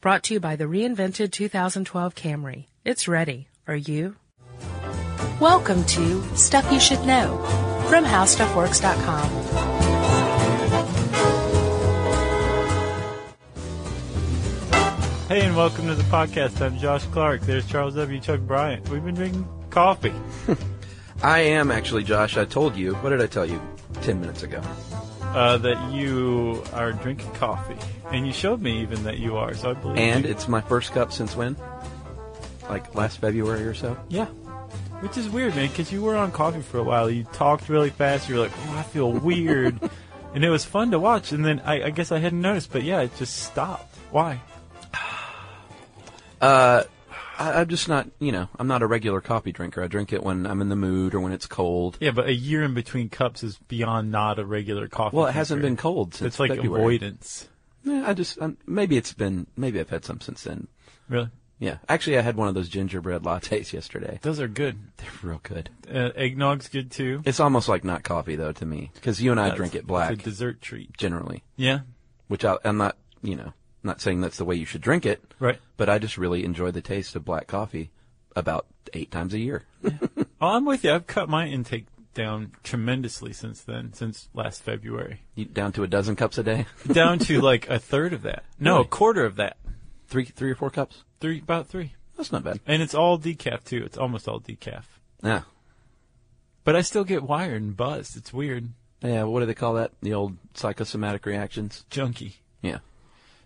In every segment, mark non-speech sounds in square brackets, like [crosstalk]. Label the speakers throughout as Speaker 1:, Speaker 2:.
Speaker 1: Brought to you by the reinvented 2012 Camry. It's ready. Are you? Welcome to Stuff You Should Know from HowStuffWorks.com.
Speaker 2: Hey, and welcome to the podcast. I'm Josh Clark. There's Charles W. Chuck Bryant. We've been drinking coffee.
Speaker 3: I am actually Josh. I told you. What did I tell you? Ten minutes ago.
Speaker 2: Uh, that you are drinking coffee. And you showed me even that you are, so I believe.
Speaker 3: And
Speaker 2: you.
Speaker 3: it's my first cup since when? Like last February or so.
Speaker 2: Yeah. Which is weird, man, because you were on coffee for a while. You talked really fast. You were like, oh, I
Speaker 3: [laughs]
Speaker 2: feel weird. and it was fun to watch. And then I, I guess I hadn't noticed, but yeah, it just stopped. Why?
Speaker 3: I, I'm just not. You know, I'm not a regular coffee drinker. I drink it when I'm in the mood or when it's cold.
Speaker 2: Yeah, but a year in between cups is beyond not a regular coffee.
Speaker 3: Well, it hasn't
Speaker 2: drinker.
Speaker 3: been cold since
Speaker 2: It's like
Speaker 3: February.
Speaker 2: avoidance.
Speaker 3: Yeah, I just um maybe it's been maybe I've had some since then.
Speaker 2: Really?
Speaker 3: Yeah, actually, I had one of those gingerbread lattes [laughs] yesterday.
Speaker 2: Those are good.
Speaker 3: They're real good.
Speaker 2: Uh, eggnog's good too.
Speaker 3: It's almost like not coffee though to me because you and I
Speaker 2: That's-
Speaker 3: drink it
Speaker 2: It's
Speaker 3: black
Speaker 2: a dessert treat.
Speaker 3: generally,
Speaker 2: Yeah.
Speaker 3: which I, I'm not. You know, not saying that's the way you should drink it.
Speaker 2: Right.
Speaker 3: but I just really enjoy the taste of black coffee about eight times a year.
Speaker 2: Oh, I'm with you. I've cut my intake down tremendously since then, since last February.
Speaker 3: You- Down to a dozen cups a day, [laughs]
Speaker 2: Down to like a third of that. No,
Speaker 3: Really?
Speaker 2: a quarter of that.
Speaker 3: three, three or four cups.
Speaker 2: Three, about three.
Speaker 3: That's not bad.
Speaker 2: And it's all decaf too. It's almost all decaf.
Speaker 3: Yeah,
Speaker 2: But I still get wired and buzzed. It's weird.
Speaker 3: yeah. What do they call that? The old psychosomatic reactions.
Speaker 2: Junky.
Speaker 3: Yeah.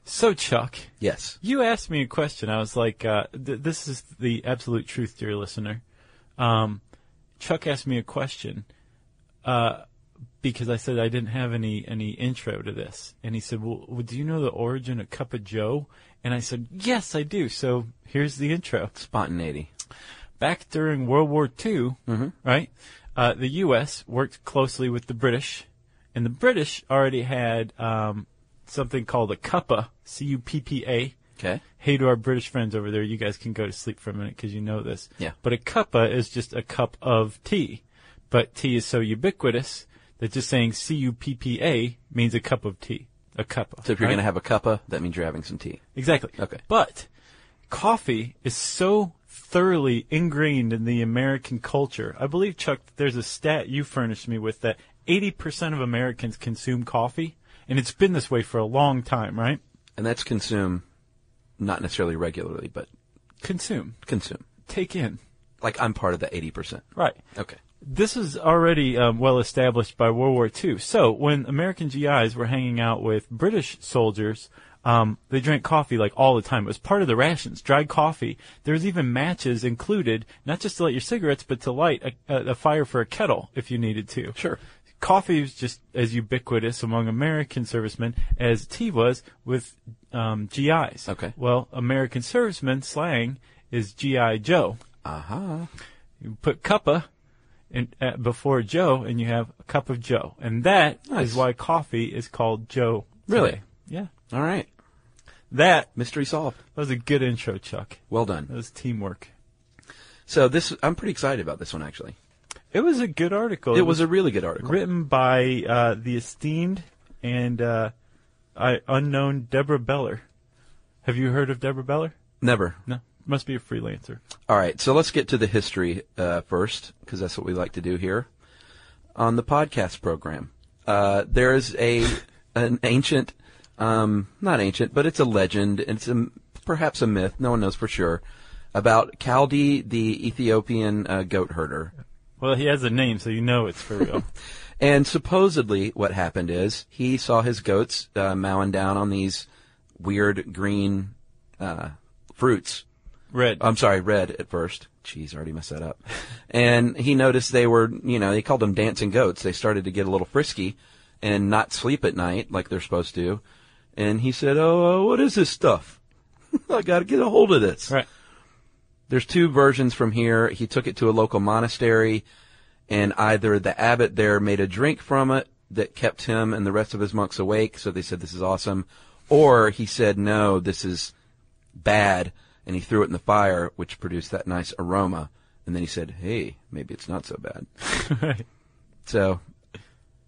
Speaker 2: So, Chuck,
Speaker 3: Yes.
Speaker 2: you asked me a question. I was like, uh, th- this is the absolute truth, dear listener. Um, Chuck asked me a question uh, because I said I didn't have any any intro to this, and he said, "Well, well, do you know the origin of Cup of Joe?" And I said, "Yes, I do." So here's the intro
Speaker 3: Spontaneity.
Speaker 2: back during World War II, right? Uh, the U.S. worked closely with the British, and the British already had um, something called a cuppa, C-U-P-P-A.
Speaker 3: Okay.
Speaker 2: Hey to our British friends over there, you guys can go to sleep for a minute because you know this.
Speaker 3: Yeah.
Speaker 2: But a cuppa is just a cup of tea, but tea is so ubiquitous that just saying C-U-P-P-A means a cup of tea, a cuppa.
Speaker 3: So if you're
Speaker 2: right?
Speaker 3: gonna have a cuppa, that means you're having some tea.
Speaker 2: Exactly.
Speaker 3: Okay.
Speaker 2: But coffee is so thoroughly ingrained in the American culture. I believe, Chuck, that there's a stat you furnished me with that 80% of Americans consume coffee, and it's been this way for a long time, right?
Speaker 3: And that's consume, not necessarily regularly, but
Speaker 2: Consume,
Speaker 3: consume.
Speaker 2: take in.
Speaker 3: Like I'm part of the 80%.
Speaker 2: Right.
Speaker 3: Okay.
Speaker 2: This is already um, well established by World War II. So when American GIs were hanging out with British soldiers, um, they drank coffee like all the time. It was part of the rations, dried coffee. There was even matches included, not just to light your cigarettes, but to light a, a, a fire for a kettle if you needed to.
Speaker 3: Sure.
Speaker 2: Coffee was just as ubiquitous among American servicemen as tea was with um, GIs.
Speaker 3: Okay.
Speaker 2: Well, American servicemen slang is GI Joe.
Speaker 3: Aha.
Speaker 2: You put cuppa in, uh, before Joe, and you have a cup of Joe, and that is
Speaker 3: Nice.
Speaker 2: why coffee is called Joe. today.
Speaker 3: Really?
Speaker 2: Yeah.
Speaker 3: All right.
Speaker 2: That
Speaker 3: Mystery solved.
Speaker 2: was a good intro, Chuck.
Speaker 3: Well
Speaker 2: That
Speaker 3: done.
Speaker 2: was teamwork.
Speaker 3: So this, I'm pretty excited about this one actually.
Speaker 2: It was a good article.
Speaker 3: It was a really good article.
Speaker 2: written by uh, the esteemed and uh, I, unknown Deborah Beller. Have you heard of Deborah Beller?
Speaker 3: Never.
Speaker 2: No. Must be a freelancer.
Speaker 3: All right, so let's get to the history uh, first, because that's what we like to do here on the podcast program. Uh, there is a an ancient, um, not ancient, but it's a legend. and It's a, perhaps a myth. No one knows for sure about Kaldi, the Ethiopian uh, goat herder.
Speaker 2: Well, he has a name, so you know it's for
Speaker 3: [laughs]
Speaker 2: real.
Speaker 3: And supposedly, what happened is he saw his goats uh, mowing down on these weird green uh, fruits
Speaker 2: Red.
Speaker 3: I'm sorry, red at first. Jeez, I already messed that up. And he noticed they were, you know, they called them dancing goats. They started to get a little frisky and not sleep at night like they're supposed to. And he said, "Oh, uh, what is this stuff? [laughs] I got to get a hold of this."
Speaker 2: right.
Speaker 3: There's two versions from here. He took it to a local monastery, and either the abbot there made a drink from it that kept him and the rest of his monks awake, so they said this is awesome, or he said no, this is bad, and he threw it in the fire, which produced that nice aroma, and then he said, hey, maybe it's not so bad.
Speaker 2: right.
Speaker 3: So,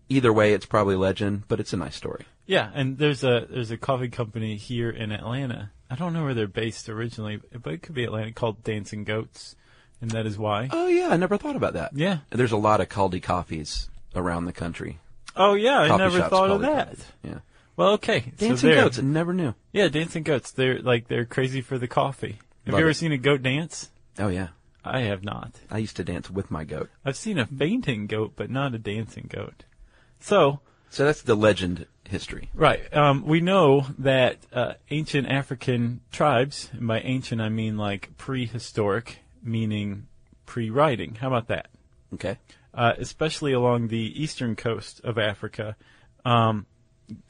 Speaker 3: either way, it's probably legend, but it's a nice story.
Speaker 2: Yeah, and there's a there's a coffee company here in Atlanta. I don't know where they're based originally, but it could be Atlanta called Dancing Goats, and that is why.
Speaker 3: Oh yeah, I never thought about that.
Speaker 2: Yeah.
Speaker 3: There's a lot of Caldi coffees around the country.
Speaker 2: Oh yeah, I
Speaker 3: Coffee
Speaker 2: never
Speaker 3: shops,
Speaker 2: thought of
Speaker 3: Caldi
Speaker 2: that.
Speaker 3: coffees. Yeah.
Speaker 2: Well, okay. so
Speaker 3: Dancing
Speaker 2: there.
Speaker 3: goats, I never knew.
Speaker 2: Yeah, dancing goats. They're like they're crazy for the coffee. Have
Speaker 3: Love
Speaker 2: you ever
Speaker 3: it.
Speaker 2: seen a goat dance?
Speaker 3: Oh yeah.
Speaker 2: I have not.
Speaker 3: I used to dance with my goat.
Speaker 2: I've seen a fainting goat, but not a dancing goat. So,
Speaker 3: So that's the legend history.
Speaker 2: right, um, we know that uh, ancient African tribes, and by ancient I mean like prehistoric, meaning pre-writing. How about that?
Speaker 3: Okay.
Speaker 2: uh, especially along the eastern coast of Africa, um,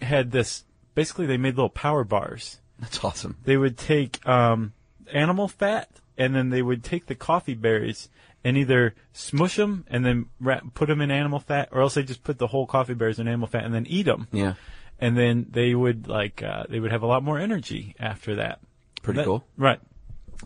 Speaker 2: had this. Basically, they made little power bars.
Speaker 3: That's awesome.
Speaker 2: They would take um, animal fat, and then they would take the coffee berries and either smush them and then wrap, put them in animal fat, or else they just put the whole coffee berries in animal fat and then eat them.
Speaker 3: Yeah.
Speaker 2: And then they would like uh, they would have a lot more energy after that.
Speaker 3: Pretty
Speaker 2: That-
Speaker 3: cool.
Speaker 2: right?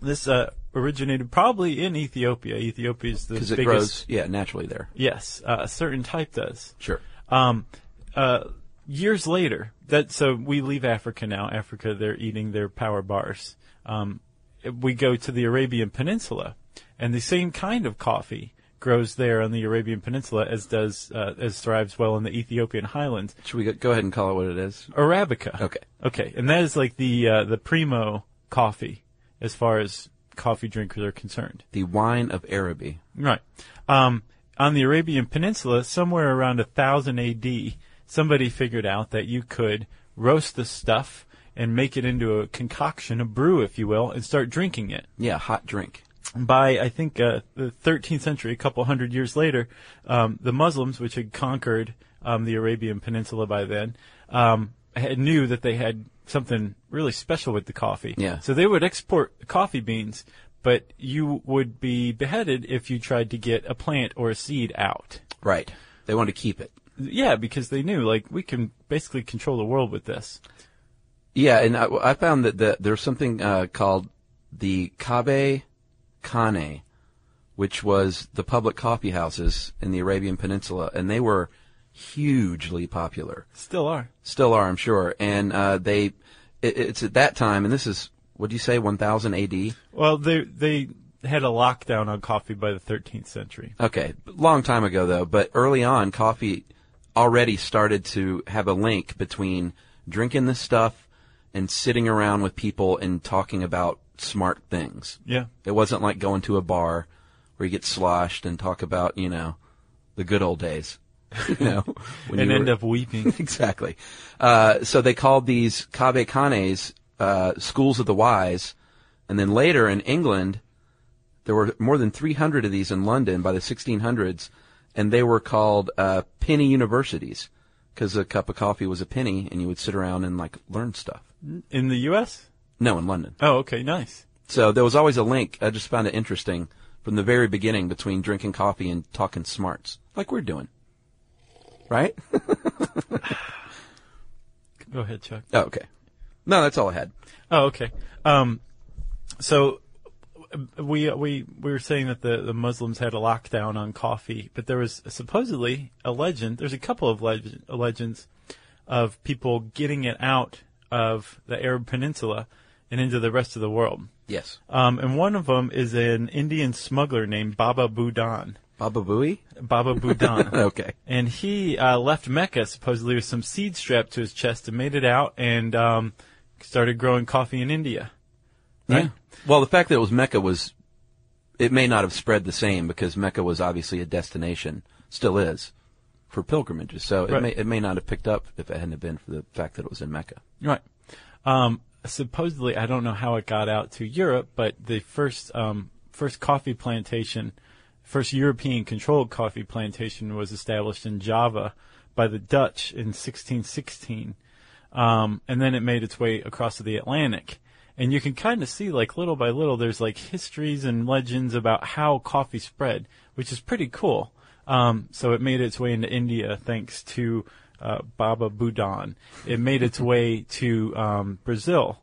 Speaker 2: This uh, originated probably in Ethiopia. Ethiopia is the
Speaker 3: Because
Speaker 2: biggest.
Speaker 3: it grows, yeah, naturally there.
Speaker 2: Yes, uh, a certain type does.
Speaker 3: Sure.
Speaker 2: Um, uh, years later, that so we leave Africa now. Africa, they're eating their power bars. Um, we go to the Arabian Peninsula, and the same kind of coffee grows there on the Arabian Peninsula as does uh, as thrives well in the Ethiopian highlands.
Speaker 3: Should we go- go ahead and call it what it is?
Speaker 2: Arabica.
Speaker 3: Okay.
Speaker 2: Okay, and that is like the uh, the primo coffee as far as coffee drinkers are concerned.
Speaker 3: The wine of Araby.
Speaker 2: Right. Um, on the Arabian Peninsula, somewhere around 1000 AD, somebody figured out that you could roast the stuff and make it into a concoction, a brew, if you will, and start drinking it.
Speaker 3: Yeah, hot drink.
Speaker 2: By, I think, uh, the 13th century, a couple hundred years later, um, the Muslims, which had conquered um, the Arabian Peninsula by then, um, had, knew that they had something really special with the coffee.
Speaker 3: Yeah.
Speaker 2: So they would export coffee beans, but you would be beheaded if you tried to get a plant or a seed out.
Speaker 3: Right. They want to keep it.
Speaker 2: Yeah, because they knew, like, we can basically control the world with this.
Speaker 3: Yeah, and I, I found that the, there's something uh, called the Kabe Kane, which was the public coffee houses in the Arabian Peninsula, and they were hugely popular.
Speaker 2: Still are.
Speaker 3: Still are, I'm sure. And uh, they, it, it's at that time, and this is, what do you say, 1000 AD?
Speaker 2: Well, they, they had a lockdown on coffee by the 13th century.
Speaker 3: Okay, long time ago though, but early on, coffee already started to have a link between drinking this stuff and sitting around with people and talking about smart things.
Speaker 2: Yeah.
Speaker 3: It wasn't like going to a bar where you get sloshed and talk about, you know, the good old days. [laughs] You know, when
Speaker 2: and
Speaker 3: you
Speaker 2: end
Speaker 3: were-
Speaker 2: up weeping.
Speaker 3: [laughs] exactly. Uh, so they called these Kabe Kanes uh, schools of the wise, and then later in England, there were more than 300 of these in London by the 1600s, and they were called uh, penny universities because a cup of coffee was a penny, and you would sit around and like learn stuff.
Speaker 2: In the U.S.?
Speaker 3: No, in London.
Speaker 2: Oh, okay, nice.
Speaker 3: So there was always a link. I just found it interesting from the very beginning between drinking coffee and talking smarts, like we're doing, right? [laughs]
Speaker 2: Go ahead, Chuck.
Speaker 3: oh, okay. No, that's all I had.
Speaker 2: Oh, okay. Um, so uh, we we we were saying that the the Muslims had a lockdown on coffee, but there was supposedly a legend. There's a couple of leg- legends of people getting it out of the Arab Peninsula and into the rest of the world.
Speaker 3: Yes.
Speaker 2: Um, and one of them is an Indian smuggler named Baba Budan.
Speaker 3: Baba Booey?
Speaker 2: Baba Budan.
Speaker 3: [laughs] Okay.
Speaker 2: And he uh, left Mecca supposedly with some seed strapped to his chest and made it out and um, started growing coffee in India. Right?
Speaker 3: Well, the fact that it was Mecca was, it may not have spread the same because Mecca was obviously a destination, still is, for pilgrimages. So it
Speaker 2: Right.
Speaker 3: may it may not have picked up if it hadn't been for the fact that it was in Mecca.
Speaker 2: Right. Um, supposedly, I don't know how it got out to Europe, but the first um, first coffee plantation, first European controlled coffee plantation, was established in Java by the Dutch in 1616, um, and then it made its way across the Atlantic. And you can kind of see, like little by little, there's like histories and legends about how coffee spread, which is pretty cool. Um, so it made its way into India thanks to uh, Baba Budan. It made its way to um, Brazil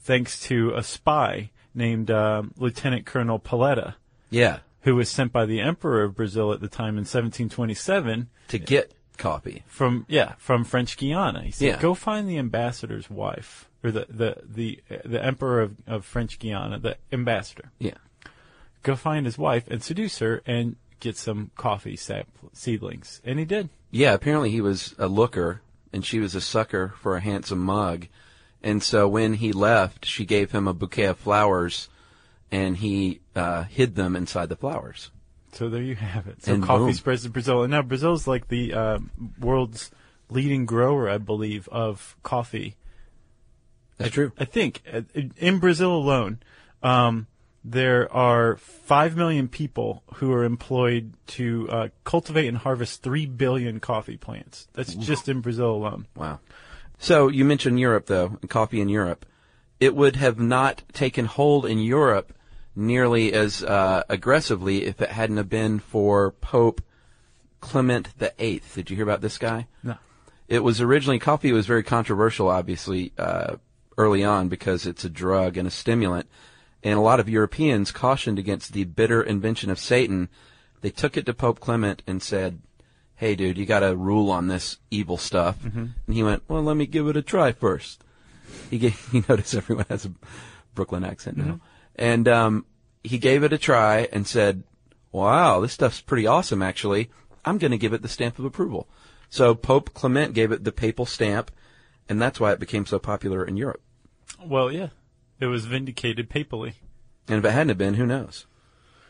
Speaker 2: thanks to a spy named um Lieutenant Colonel Paletta,
Speaker 3: Yeah.
Speaker 2: who was sent by the Emperor of Brazil at the time in 1727
Speaker 3: To get copy.
Speaker 2: from yeah from French Guiana. He said,
Speaker 3: Yeah.
Speaker 2: "Go find the ambassador's wife or the the the the emperor of, of French Guiana, the ambassador.
Speaker 3: Yeah.
Speaker 2: Go find his wife and seduce her and get some coffee sap seedlings." And he did.
Speaker 3: Yeah, apparently he was a looker and she was a sucker for a handsome mug. And so when he left, she gave him a bouquet of flowers and he uh, hid them inside the flowers.
Speaker 2: So there you have it. So
Speaker 3: And
Speaker 2: coffee
Speaker 3: boom.
Speaker 2: spreads to Brazil, and now Brazil's like the uh, world's leading grower, I believe, of coffee.
Speaker 3: That's true.
Speaker 2: I think uh, in Brazil alone, um, there are five million people who are employed to uh, cultivate and harvest three billion coffee plants. That's just in Brazil alone.
Speaker 3: Wow. So you mentioned Europe though, and coffee in Europe. It would have not taken hold in Europe nearly as uh, aggressively if it hadn't have been for Pope Clement VIII. Did you hear about this guy?
Speaker 2: No.
Speaker 3: It was originally coffee was very controversial, obviously, uh, early on because it's a drug and a stimulant, and a lot of Europeans cautioned against the bitter invention of Satan. They took it to Pope Clement and said, "Hey, dude, you got to rule on this evil stuff." And he went, "Well, let me give it a try first. He gave, [laughs] you notice everyone has a Brooklyn accent now,
Speaker 2: Mm-hmm.
Speaker 3: and um, he gave it a try and said, "Wow, this stuff's pretty awesome, actually. I'm going to give it the stamp of approval." So Pope Clement gave it the papal stamp, and that's why it became so popular in Europe.
Speaker 2: Well, yeah, it was vindicated papally.
Speaker 3: And if it hadn't have been, who knows?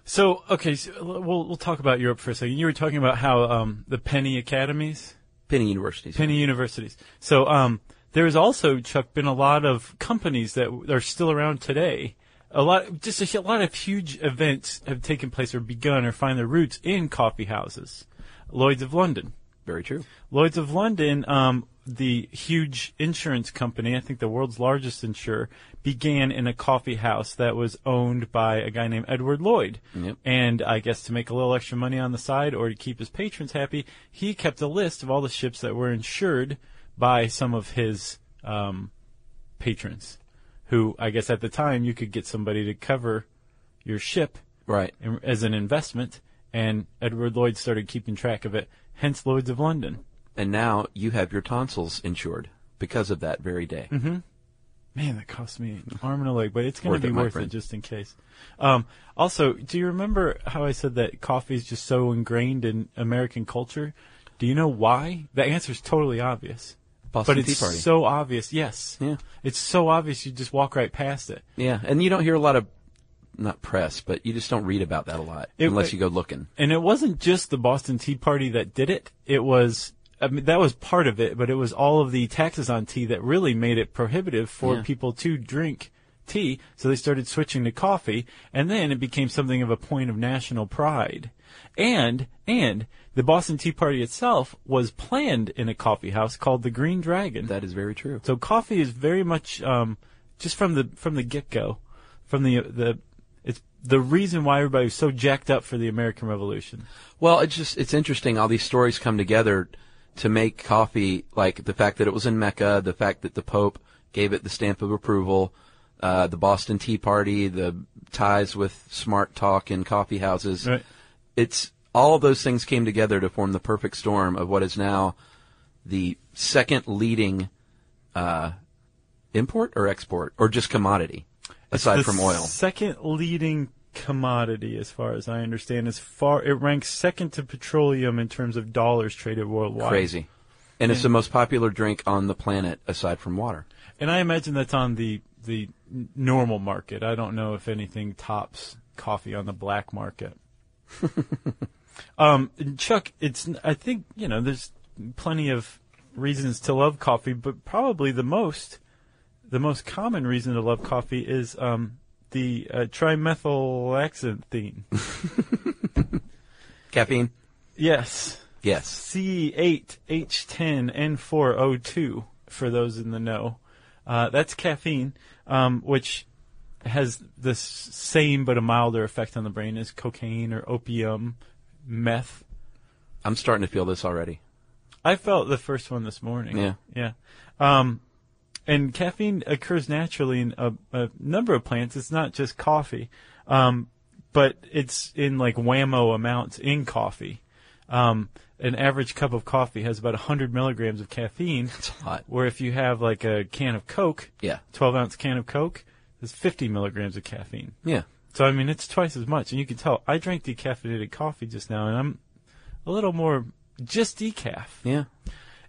Speaker 2: So okay, so l- we'll we'll talk about Europe for a second. You were talking about how um, the penny academies.
Speaker 3: Penny universities.
Speaker 2: Penny universities. So um, there's also Chuck been a lot of companies that w- are still around today. A lot, just a, hu- lot of huge events have taken place or begun or find their roots in coffee houses. Lloyd's of London.
Speaker 3: Very true.
Speaker 2: Lloyd's of London, um, the huge insurance company, I think the world's largest insurer, began in a coffee house that was owned by a guy named Edward Lloyd.
Speaker 3: Yep.
Speaker 2: And I guess to make a little extra money on the side or to keep his patrons happy, he kept a list of all the ships that were insured by some of his um, patrons, who I guess at the time you could get somebody to cover your ship
Speaker 3: Right.
Speaker 2: in- as an investment, and Edward Lloyd started keeping track of it. Hence, Lloyd's of London.
Speaker 3: And now you have your tonsils insured because of that very day.
Speaker 2: Mm-hmm. Man, that cost me an arm and a leg, but it's going
Speaker 3: Worth
Speaker 2: to be
Speaker 3: it, my
Speaker 2: worth it
Speaker 3: friend.
Speaker 2: just in case. Um, also, do you remember how I said that coffee is just so ingrained in American culture? Do you know why? The answer is totally obvious.
Speaker 3: Boston
Speaker 2: but it's
Speaker 3: Tea Party.
Speaker 2: so obvious. Yes.
Speaker 3: Yeah.
Speaker 2: It's so obvious you just walk right past it.
Speaker 3: Yeah. And you don't hear a lot of, not press, but you just don't read about that a lot
Speaker 2: It-
Speaker 3: unless you go looking.
Speaker 2: And it wasn't just the Boston Tea Party that did it. It was, I mean, that was part of it, but it was all of the taxes on tea that really made it prohibitive for
Speaker 3: Yeah.
Speaker 2: people to drink tea. So they started switching to coffee, and then it became something of a point of national pride. And, and the Boston Tea Party itself was planned in a coffee house called the Green Dragon.
Speaker 3: That is very true.
Speaker 2: So coffee is very much um, just from the from the get go, from the the it's the reason why everybody was so jacked up for the American Revolution.
Speaker 3: Well, it's just it's interesting all these stories come together to make coffee like the fact that it was in Mecca, the fact that the Pope gave it the stamp of approval, uh, the Boston Tea Party, the ties with smart talk and coffee houses.
Speaker 2: Right.
Speaker 3: It's all those things came together to form the perfect storm of what is now the second leading uh, import or export or just commodity aside
Speaker 2: The
Speaker 3: from oil.
Speaker 2: second leading commodity, as far as I understand, is far it ranks second to petroleum in terms of dollars traded worldwide.
Speaker 3: Crazy. And it's the most popular drink on the planet aside from water.
Speaker 2: and I imagine that's on the the n- normal market. I don't know if anything tops coffee on the black
Speaker 3: [laughs]
Speaker 2: market. um, and Chuck, it's n- I think you know there's plenty of reasons to love coffee, but probably the most the most common reason to love coffee is um, the uh, trimethylxanthine.
Speaker 3: Caffeine?
Speaker 2: yes,
Speaker 3: Yes.
Speaker 2: C8H10N4O2 for those in the know. Uh, that's caffeine, um, which has the s- same but a milder effect on the brain as cocaine or opium, meth.
Speaker 3: I'm starting to feel this already.
Speaker 2: I felt the first one this morning.
Speaker 3: Yeah.
Speaker 2: Yeah. Um, and caffeine occurs naturally in a, a number of plants. It's not just coffee. Um, but it's in like whammo amounts in coffee. Um, an average cup of coffee has about 100 milligrams of caffeine.
Speaker 3: It's hot.
Speaker 2: Where if you have like a can of Coke,
Speaker 3: Yeah.
Speaker 2: 12 ounce can of Coke, there's 50 milligrams of caffeine.
Speaker 3: Yeah.
Speaker 2: So I mean, it's twice as much, and you can tell. I drank decaffeinated coffee just now, and I'm a little more just decaf.
Speaker 3: Yeah.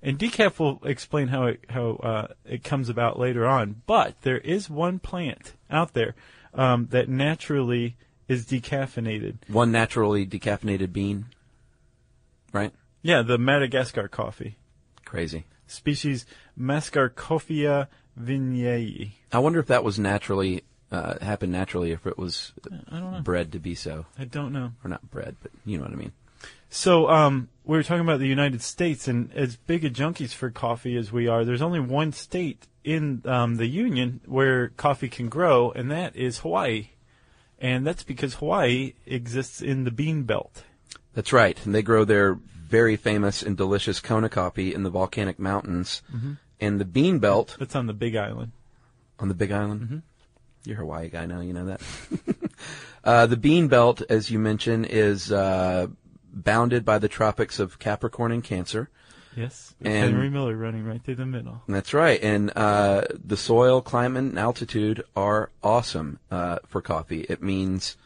Speaker 2: And decaf will explain how it how uh, it comes about later on. But there is one plant out there um, that naturally is decaffeinated.
Speaker 3: One naturally decaffeinated bean. Right?
Speaker 2: Yeah, the Madagascar coffee
Speaker 3: Crazy.
Speaker 2: species Mascarcophia vinyayi.
Speaker 3: I wonder if that was naturally, uh, happened naturally, if it was bred to be so.
Speaker 2: I don't know.
Speaker 3: Or not bred, but you know what I mean.
Speaker 2: So um, we were talking about the United States, and as big a junkies for coffee as we are, there's only one state in um, the union where coffee can grow, and that is Hawaii. And that's because Hawaii exists in the bean belt.
Speaker 3: That's right. And they grow their very famous and delicious Kona coffee in the volcanic mountains and the bean belt
Speaker 2: That's on the Big Island.
Speaker 3: on the Big Island. You're a Hawaii guy now, you know that. [laughs] uh, the bean belt, as you mentioned, is uh, bounded by the tropics of Capricorn and Cancer.
Speaker 2: Yes, with
Speaker 3: And-
Speaker 2: Henry Miller running right through the middle.
Speaker 3: That's right. And uh, the soil, climate, and altitude are awesome uh, for coffee. It means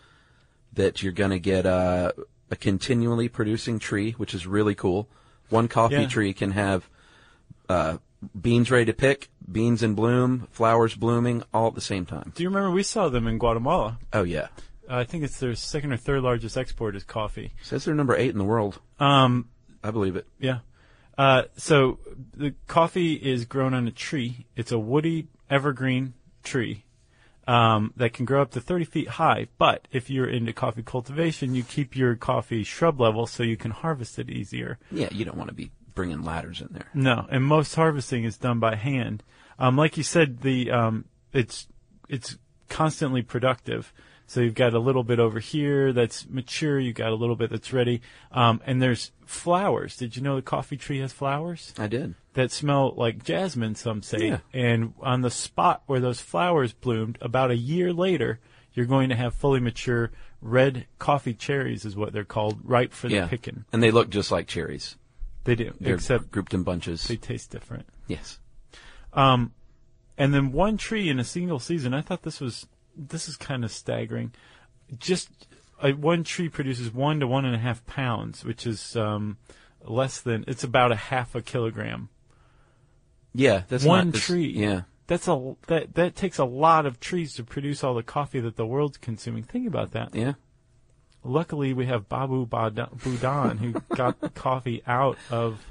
Speaker 3: that you're going to get uh, a continually producing tree, which is really cool. One coffee
Speaker 2: Yeah.
Speaker 3: tree can have uh, beans ready to pick, beans in bloom, flowers blooming, all at the same time.
Speaker 2: Do you remember we saw them in Guatemala?
Speaker 3: Oh, yeah.
Speaker 2: Uh, I think it's their second or third largest export is coffee.
Speaker 3: Says they're number eight in the world.
Speaker 2: Um,
Speaker 3: I believe it.
Speaker 2: Yeah. Uh, so the coffee is grown on a tree. It's a woody evergreen tree um, that can grow up to 30 feet high. But if you're into coffee cultivation, you keep your coffee shrub level so you can harvest it easier.
Speaker 3: Yeah, you don't want to be bringing ladders in there.
Speaker 2: No, and most harvesting is done by hand. Um, like you said, the um, it's it's constantly productive. So you've got a little bit over here that's mature. You've got a little bit that's ready. Um, and there's flowers. Did you know the coffee tree has flowers?
Speaker 3: I did.
Speaker 2: that smell like jasmine, some say.
Speaker 3: Yeah.
Speaker 2: And on the spot where those flowers bloomed, about a year later, you're going to have fully mature red coffee cherries, is what they're called, ripe for
Speaker 3: Yeah.
Speaker 2: the picking.
Speaker 3: And they look just like cherries.
Speaker 2: They do,
Speaker 3: They're
Speaker 2: except
Speaker 3: grouped in bunches.
Speaker 2: they taste different.
Speaker 3: yes.
Speaker 2: And then one tree in a single season. I thought this was this is kind of staggering. Just uh, one tree produces one to one and a half pounds, which is um, less than. It's about a half a kilogram.
Speaker 3: Yeah, that's
Speaker 2: one
Speaker 3: not this-
Speaker 2: tree.
Speaker 3: Yeah.
Speaker 2: That's a that that takes a lot of trees to produce all the coffee that the world's consuming. Think about that.
Speaker 3: Yeah.
Speaker 2: Luckily, we have Babu Bada- Budan
Speaker 3: [laughs]
Speaker 2: who got the coffee out of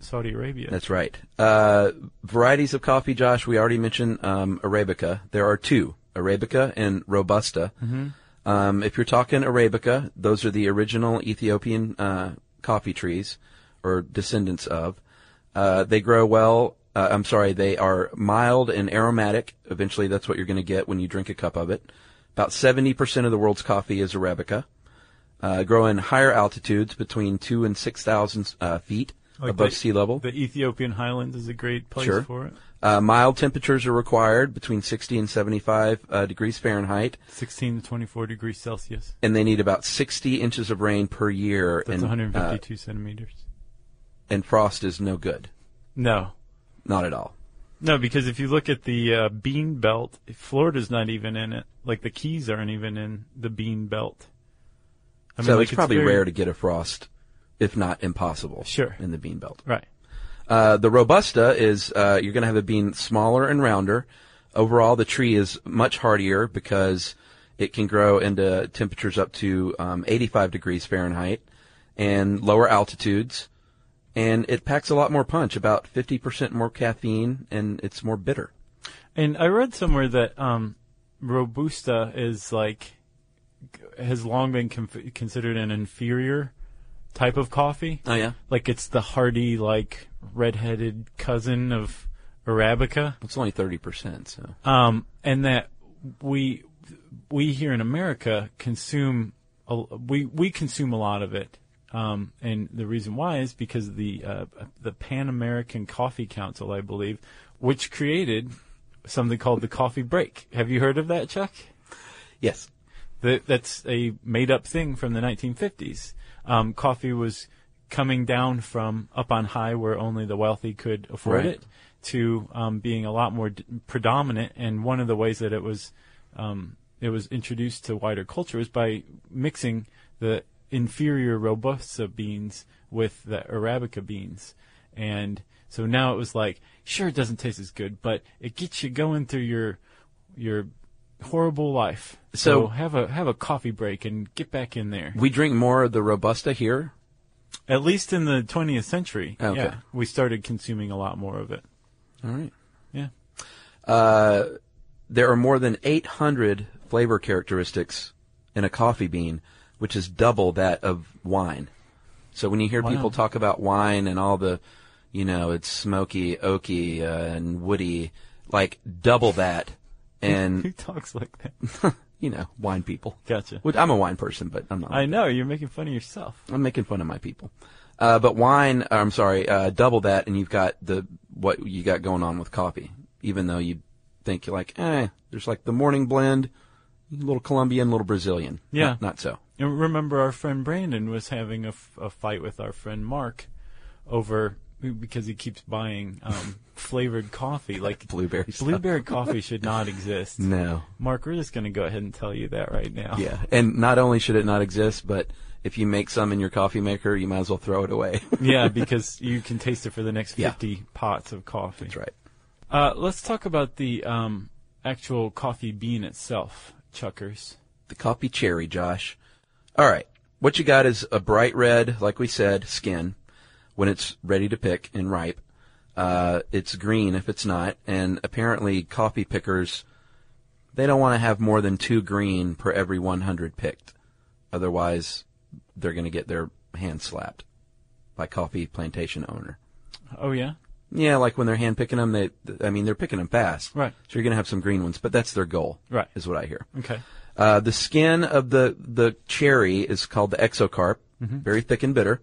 Speaker 2: Saudi Arabia.
Speaker 3: That's right. Uh, varieties of coffee, Josh, we already mentioned um, Arabica. There are two, Arabica and Robusta.
Speaker 2: Mm-hmm.
Speaker 3: Um, if you're talking Arabica, those are the original Ethiopian uh, coffee trees or descendants of. Uh, they grow well. Uh, I'm sorry, they are mild and aromatic. Eventually, that's what you're going to get when you drink a cup of it. About 70% of the world's coffee is Arabica. Uh, grow in higher altitudes between two and 6,000 uh, feet
Speaker 2: Like
Speaker 3: above
Speaker 2: the-
Speaker 3: sea level.
Speaker 2: the Ethiopian Highlands is a great place
Speaker 3: Sure.
Speaker 2: for it.
Speaker 3: Uh, mild temperatures are required between 60 and 75 uh, degrees Fahrenheit,
Speaker 2: 16 to 24 degrees Celsius.
Speaker 3: and they need about 60 inches of rain per year.
Speaker 2: That's
Speaker 3: and, uh,
Speaker 2: 152 centimeters.
Speaker 3: and frost is no good,
Speaker 2: No,
Speaker 3: not at all.
Speaker 2: no, because if you look at the uh, bean belt, Florida's not even in it. Like the Keys aren't even in the bean belt. I
Speaker 3: so
Speaker 2: like,
Speaker 3: it's, probably
Speaker 2: very-
Speaker 3: rare to get a frost, if not impossible,
Speaker 2: Sure.
Speaker 3: in the bean belt.
Speaker 2: Right.
Speaker 3: Uh, the robusta is uh, you're going to have a bean smaller and rounder. Overall, the tree is much hardier because it can grow into temperatures up to um, 85 degrees Fahrenheit and lower altitudes. And it packs a lot more punch, about 50% more caffeine, and it's more bitter.
Speaker 2: And I read somewhere that um, Robusta is like has long been conf- considered an inferior type of coffee.
Speaker 3: Oh, yeah?
Speaker 2: Like it's the hardy, like redheaded cousin of Arabica.
Speaker 3: It's only 30%, so.
Speaker 2: Um, and that we we here in America consume a, we we consume a lot of it. Um, and the reason why is because of the uh, the Pan American Coffee Council, I believe, which created something called the coffee break. Have you heard of that, Chuck?
Speaker 3: Yes.
Speaker 2: That, that's a made up thing from the 1950s. Um, coffee was coming down from up on high where only the wealthy could afford
Speaker 3: Right.
Speaker 2: it to um, being a lot more d- predominant. And one of the ways that it was um, it was introduced to wider culture was by mixing the inferior robusta beans with the arabica beans. And so now it was like, sure, it doesn't taste as good, but it gets you going through your your horrible life.
Speaker 3: So-
Speaker 2: so have a have a coffee break and get back in there.
Speaker 3: We drink more of the Robusta here.
Speaker 2: At least in the 20th century,
Speaker 3: Okay.
Speaker 2: yeah, we started consuming a lot more of it.
Speaker 3: All right.
Speaker 2: Yeah.
Speaker 3: There are more than 800 flavor characteristics in a coffee bean, which is double that of wine. So when you hear people talk about wine and all the, you know, it's smoky, oaky, uh, and woody, like double that.
Speaker 2: Who [laughs]
Speaker 3: And,
Speaker 2: talks like that?
Speaker 3: you know, wine people.
Speaker 2: Gotcha.
Speaker 3: Which I'm a wine person, but I'm not.
Speaker 2: I know you're making fun of yourself.
Speaker 3: I'm making fun of my people. Uh, but wine, I'm sorry, uh, double that, and you've got the what you got going on with coffee. Even though you think you're like, eh, there's like the morning blend, a little Colombian, a little Brazilian.
Speaker 2: Yeah.
Speaker 3: not, not so.
Speaker 2: And remember, our friend Brandon was having a, f- a fight with our friend Mark over because he keeps buying um, [laughs] flavored coffee. Like
Speaker 3: Blueberry stuff. [laughs]
Speaker 2: blueberry coffee should not exist.
Speaker 3: No,
Speaker 2: Mark, we're just going to go ahead and tell you that right now.
Speaker 3: yeah, and not only should it not exist, but if you make some in your coffee maker, you might as well throw it away.
Speaker 2: [laughs] yeah, because you can taste it for the next
Speaker 3: Yeah.
Speaker 2: 50 pots of coffee.
Speaker 3: That's [laughs] right.
Speaker 2: Uh, let's talk about the um, actual coffee bean itself, Chuckers.
Speaker 3: The coffee cherry, Josh. All right. What you got is a bright red, like we said, skin when it's ready to pick and ripe. Uh, it's green if it's not, and apparently coffee pickers, they don't want to have more than two green per every 100 picked. Otherwise, they're going to get their hand slapped by coffee plantation owner.
Speaker 2: Oh yeah,
Speaker 3: Yeah, like when they're hand picking them, they, I mean, they're picking them fast.
Speaker 2: Right.
Speaker 3: So you're going to have some green ones, but that's their goal.
Speaker 2: Right.
Speaker 3: Is what I hear.
Speaker 2: okay.
Speaker 3: Uh, the skin of the, the cherry is called the exocarp, very thick and bitter.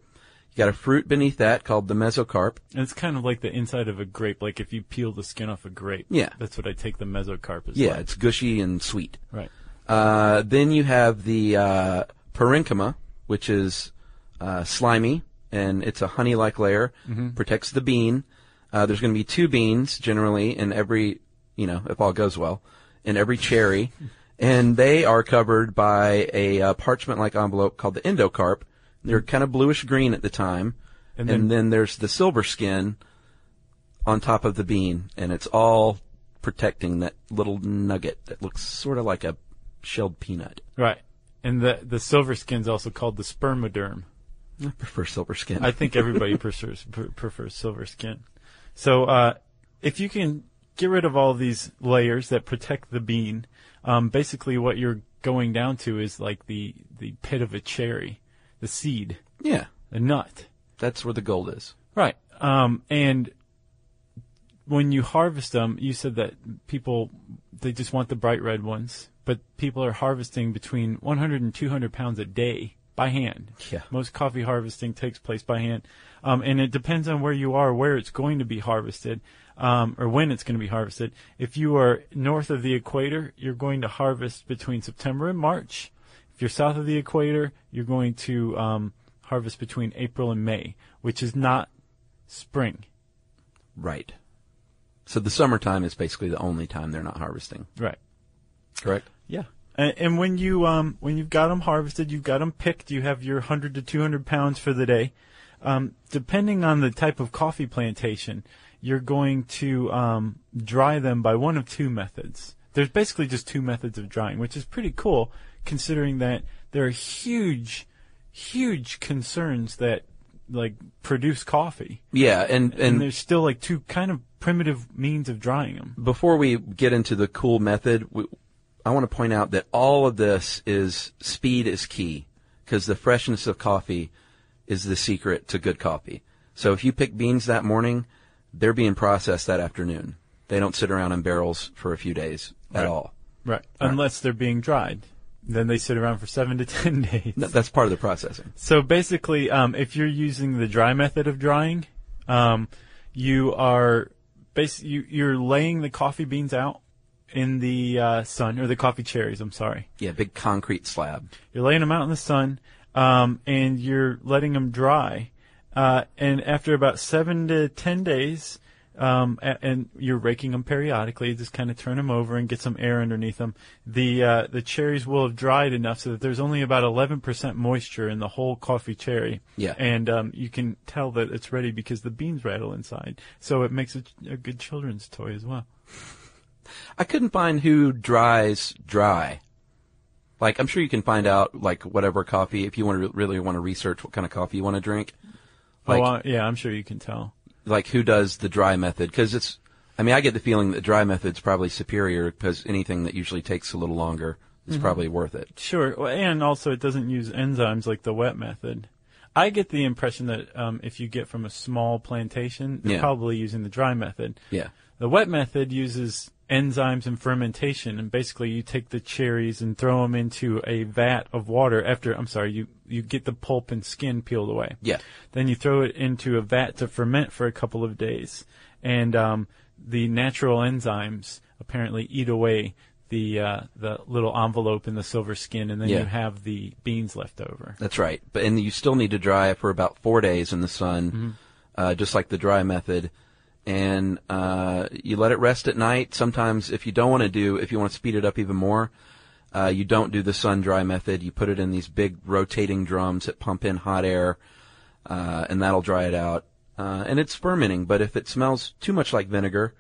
Speaker 3: You got a fruit beneath that called the mesocarp.
Speaker 2: And it's kind of like the inside of a grape. Like if you peel the skin off a grape.
Speaker 3: Yeah.
Speaker 2: That's what I take the mesocarp as.
Speaker 3: Yeah,
Speaker 2: like.
Speaker 3: it's gushy and sweet.
Speaker 2: Right.
Speaker 3: Uh, then you have the uh, parenchyma, which is uh, slimy, and it's a honey-like layer.
Speaker 2: Mm-hmm.
Speaker 3: Protects the bean. Uh, there's going to be two beans generally in every, you know, if all goes well, in
Speaker 2: [laughs]
Speaker 3: every cherry, and they are covered by a uh, parchment-like envelope called the endocarp. They're kind of bluish green at the time,
Speaker 2: Mm-hmm. And
Speaker 3: and
Speaker 2: then-
Speaker 3: then there's the silver skin on top of the bean, and it's all protecting that little nugget that looks sort of like a shelled peanut.
Speaker 2: Right. And the the silver skin's also called the spermoderm.
Speaker 3: I prefer silver skin.
Speaker 2: I think everybody prefers pr- prefers silver skin. So uh, if you can get rid of all these layers that protect the bean, um, basically what you're going down to is like the the pit of a cherry, the seed,
Speaker 3: yeah,
Speaker 2: the nut.
Speaker 3: that's where the gold is.
Speaker 2: Right. Um, and when you harvest them, you said that people, they just want the bright red ones, but people are harvesting between 100 and 200 pounds a day by hand.
Speaker 3: Yeah.
Speaker 2: Most coffee harvesting takes place by hand. Um, and it depends on where you are, where it's going to be harvested, um, or when it's going to be harvested. If you are north of the equator, you're going to harvest between September and March. If you're south of the equator, you're going to um, harvest between April and May, which is not spring.
Speaker 3: Right. So the summertime is basically the only time they're not harvesting.
Speaker 2: Right.
Speaker 3: Correct.
Speaker 2: Yeah. And, and when you um, when you've got them harvested, you've got them picked. You have your hundred to two hundred pounds for the day. Um, depending on the type of coffee plantation, you're going to um, dry them by one of two methods. There's basically just two methods of drying, which is pretty cool considering that there are huge, huge concerns that like produce coffee,
Speaker 3: Yeah, and
Speaker 2: and,
Speaker 3: and,
Speaker 2: there's still like two kind of primitive means of drying them.
Speaker 3: before we get into the cool method, we, I want to point out that all of this is speed is key because the freshness of coffee is the secret to good coffee. So if you pick beans that morning, they're being processed that afternoon. They don't sit around in barrels for a few days at all.
Speaker 2: Right. Unless they're being dried. Then they sit around for seven to [laughs] ten days.
Speaker 3: Th- That's part of the processing.
Speaker 2: So basically, um, if you're using the dry method of drying, um, you are bas- you, you're laying the coffee beans out in the uh, sun, or the coffee cherries, I'm sorry.
Speaker 3: Yeah, big concrete slab.
Speaker 2: You're laying them out in the sun, um, and you're letting them dry. Uh, and after about seven to ten days, um, and, and you're raking them periodically, just kind of turn them over and get some air underneath them. The uh, the cherries will have dried enough so that there's only about 11% moisture in the whole coffee cherry.
Speaker 3: Yeah.
Speaker 2: And um, you can tell that it's ready because the beans rattle inside. So it makes a, a good children's toy as well.
Speaker 3: I couldn't find who dries dry. Like I'm sure you can find out like whatever coffee if you want to re- really want to research what kind of coffee you want to drink. Like
Speaker 2: oh, uh, yeah, I'm sure you can tell.
Speaker 3: like who does the dry method because it's. I mean, I get the feeling that dry method's probably superior because anything that usually takes a little longer is probably worth it.
Speaker 2: Sure, Well, and also it doesn't use enzymes like the wet method. I get the impression that um, if you get from a small plantation, they're
Speaker 3: Yeah.
Speaker 2: probably using the dry method.
Speaker 3: Yeah.
Speaker 2: The wet method uses enzymes and fermentation, and basically you take the cherries and throw them into a vat of water. After I'm sorry, you you get the pulp and skin peeled away.
Speaker 3: Yeah.
Speaker 2: Then you throw it into a vat to ferment for a couple of days, and um, the natural enzymes apparently eat away the uh, the little envelope in the silver skin, and then
Speaker 3: Yeah.
Speaker 2: you have the beans left over.
Speaker 3: That's right. But and you still need to dry for about four days in the sun, uh, just like the dry method. And uh, you let it rest at night. Sometimes, if you don't want to do, if you want to speed it up even more, uh, you don't do the sun dry method. You put it in these big rotating drums that pump in hot air, uh, and that'll dry it out. Uh, and it's fermenting, but if it smells too much like vinegar,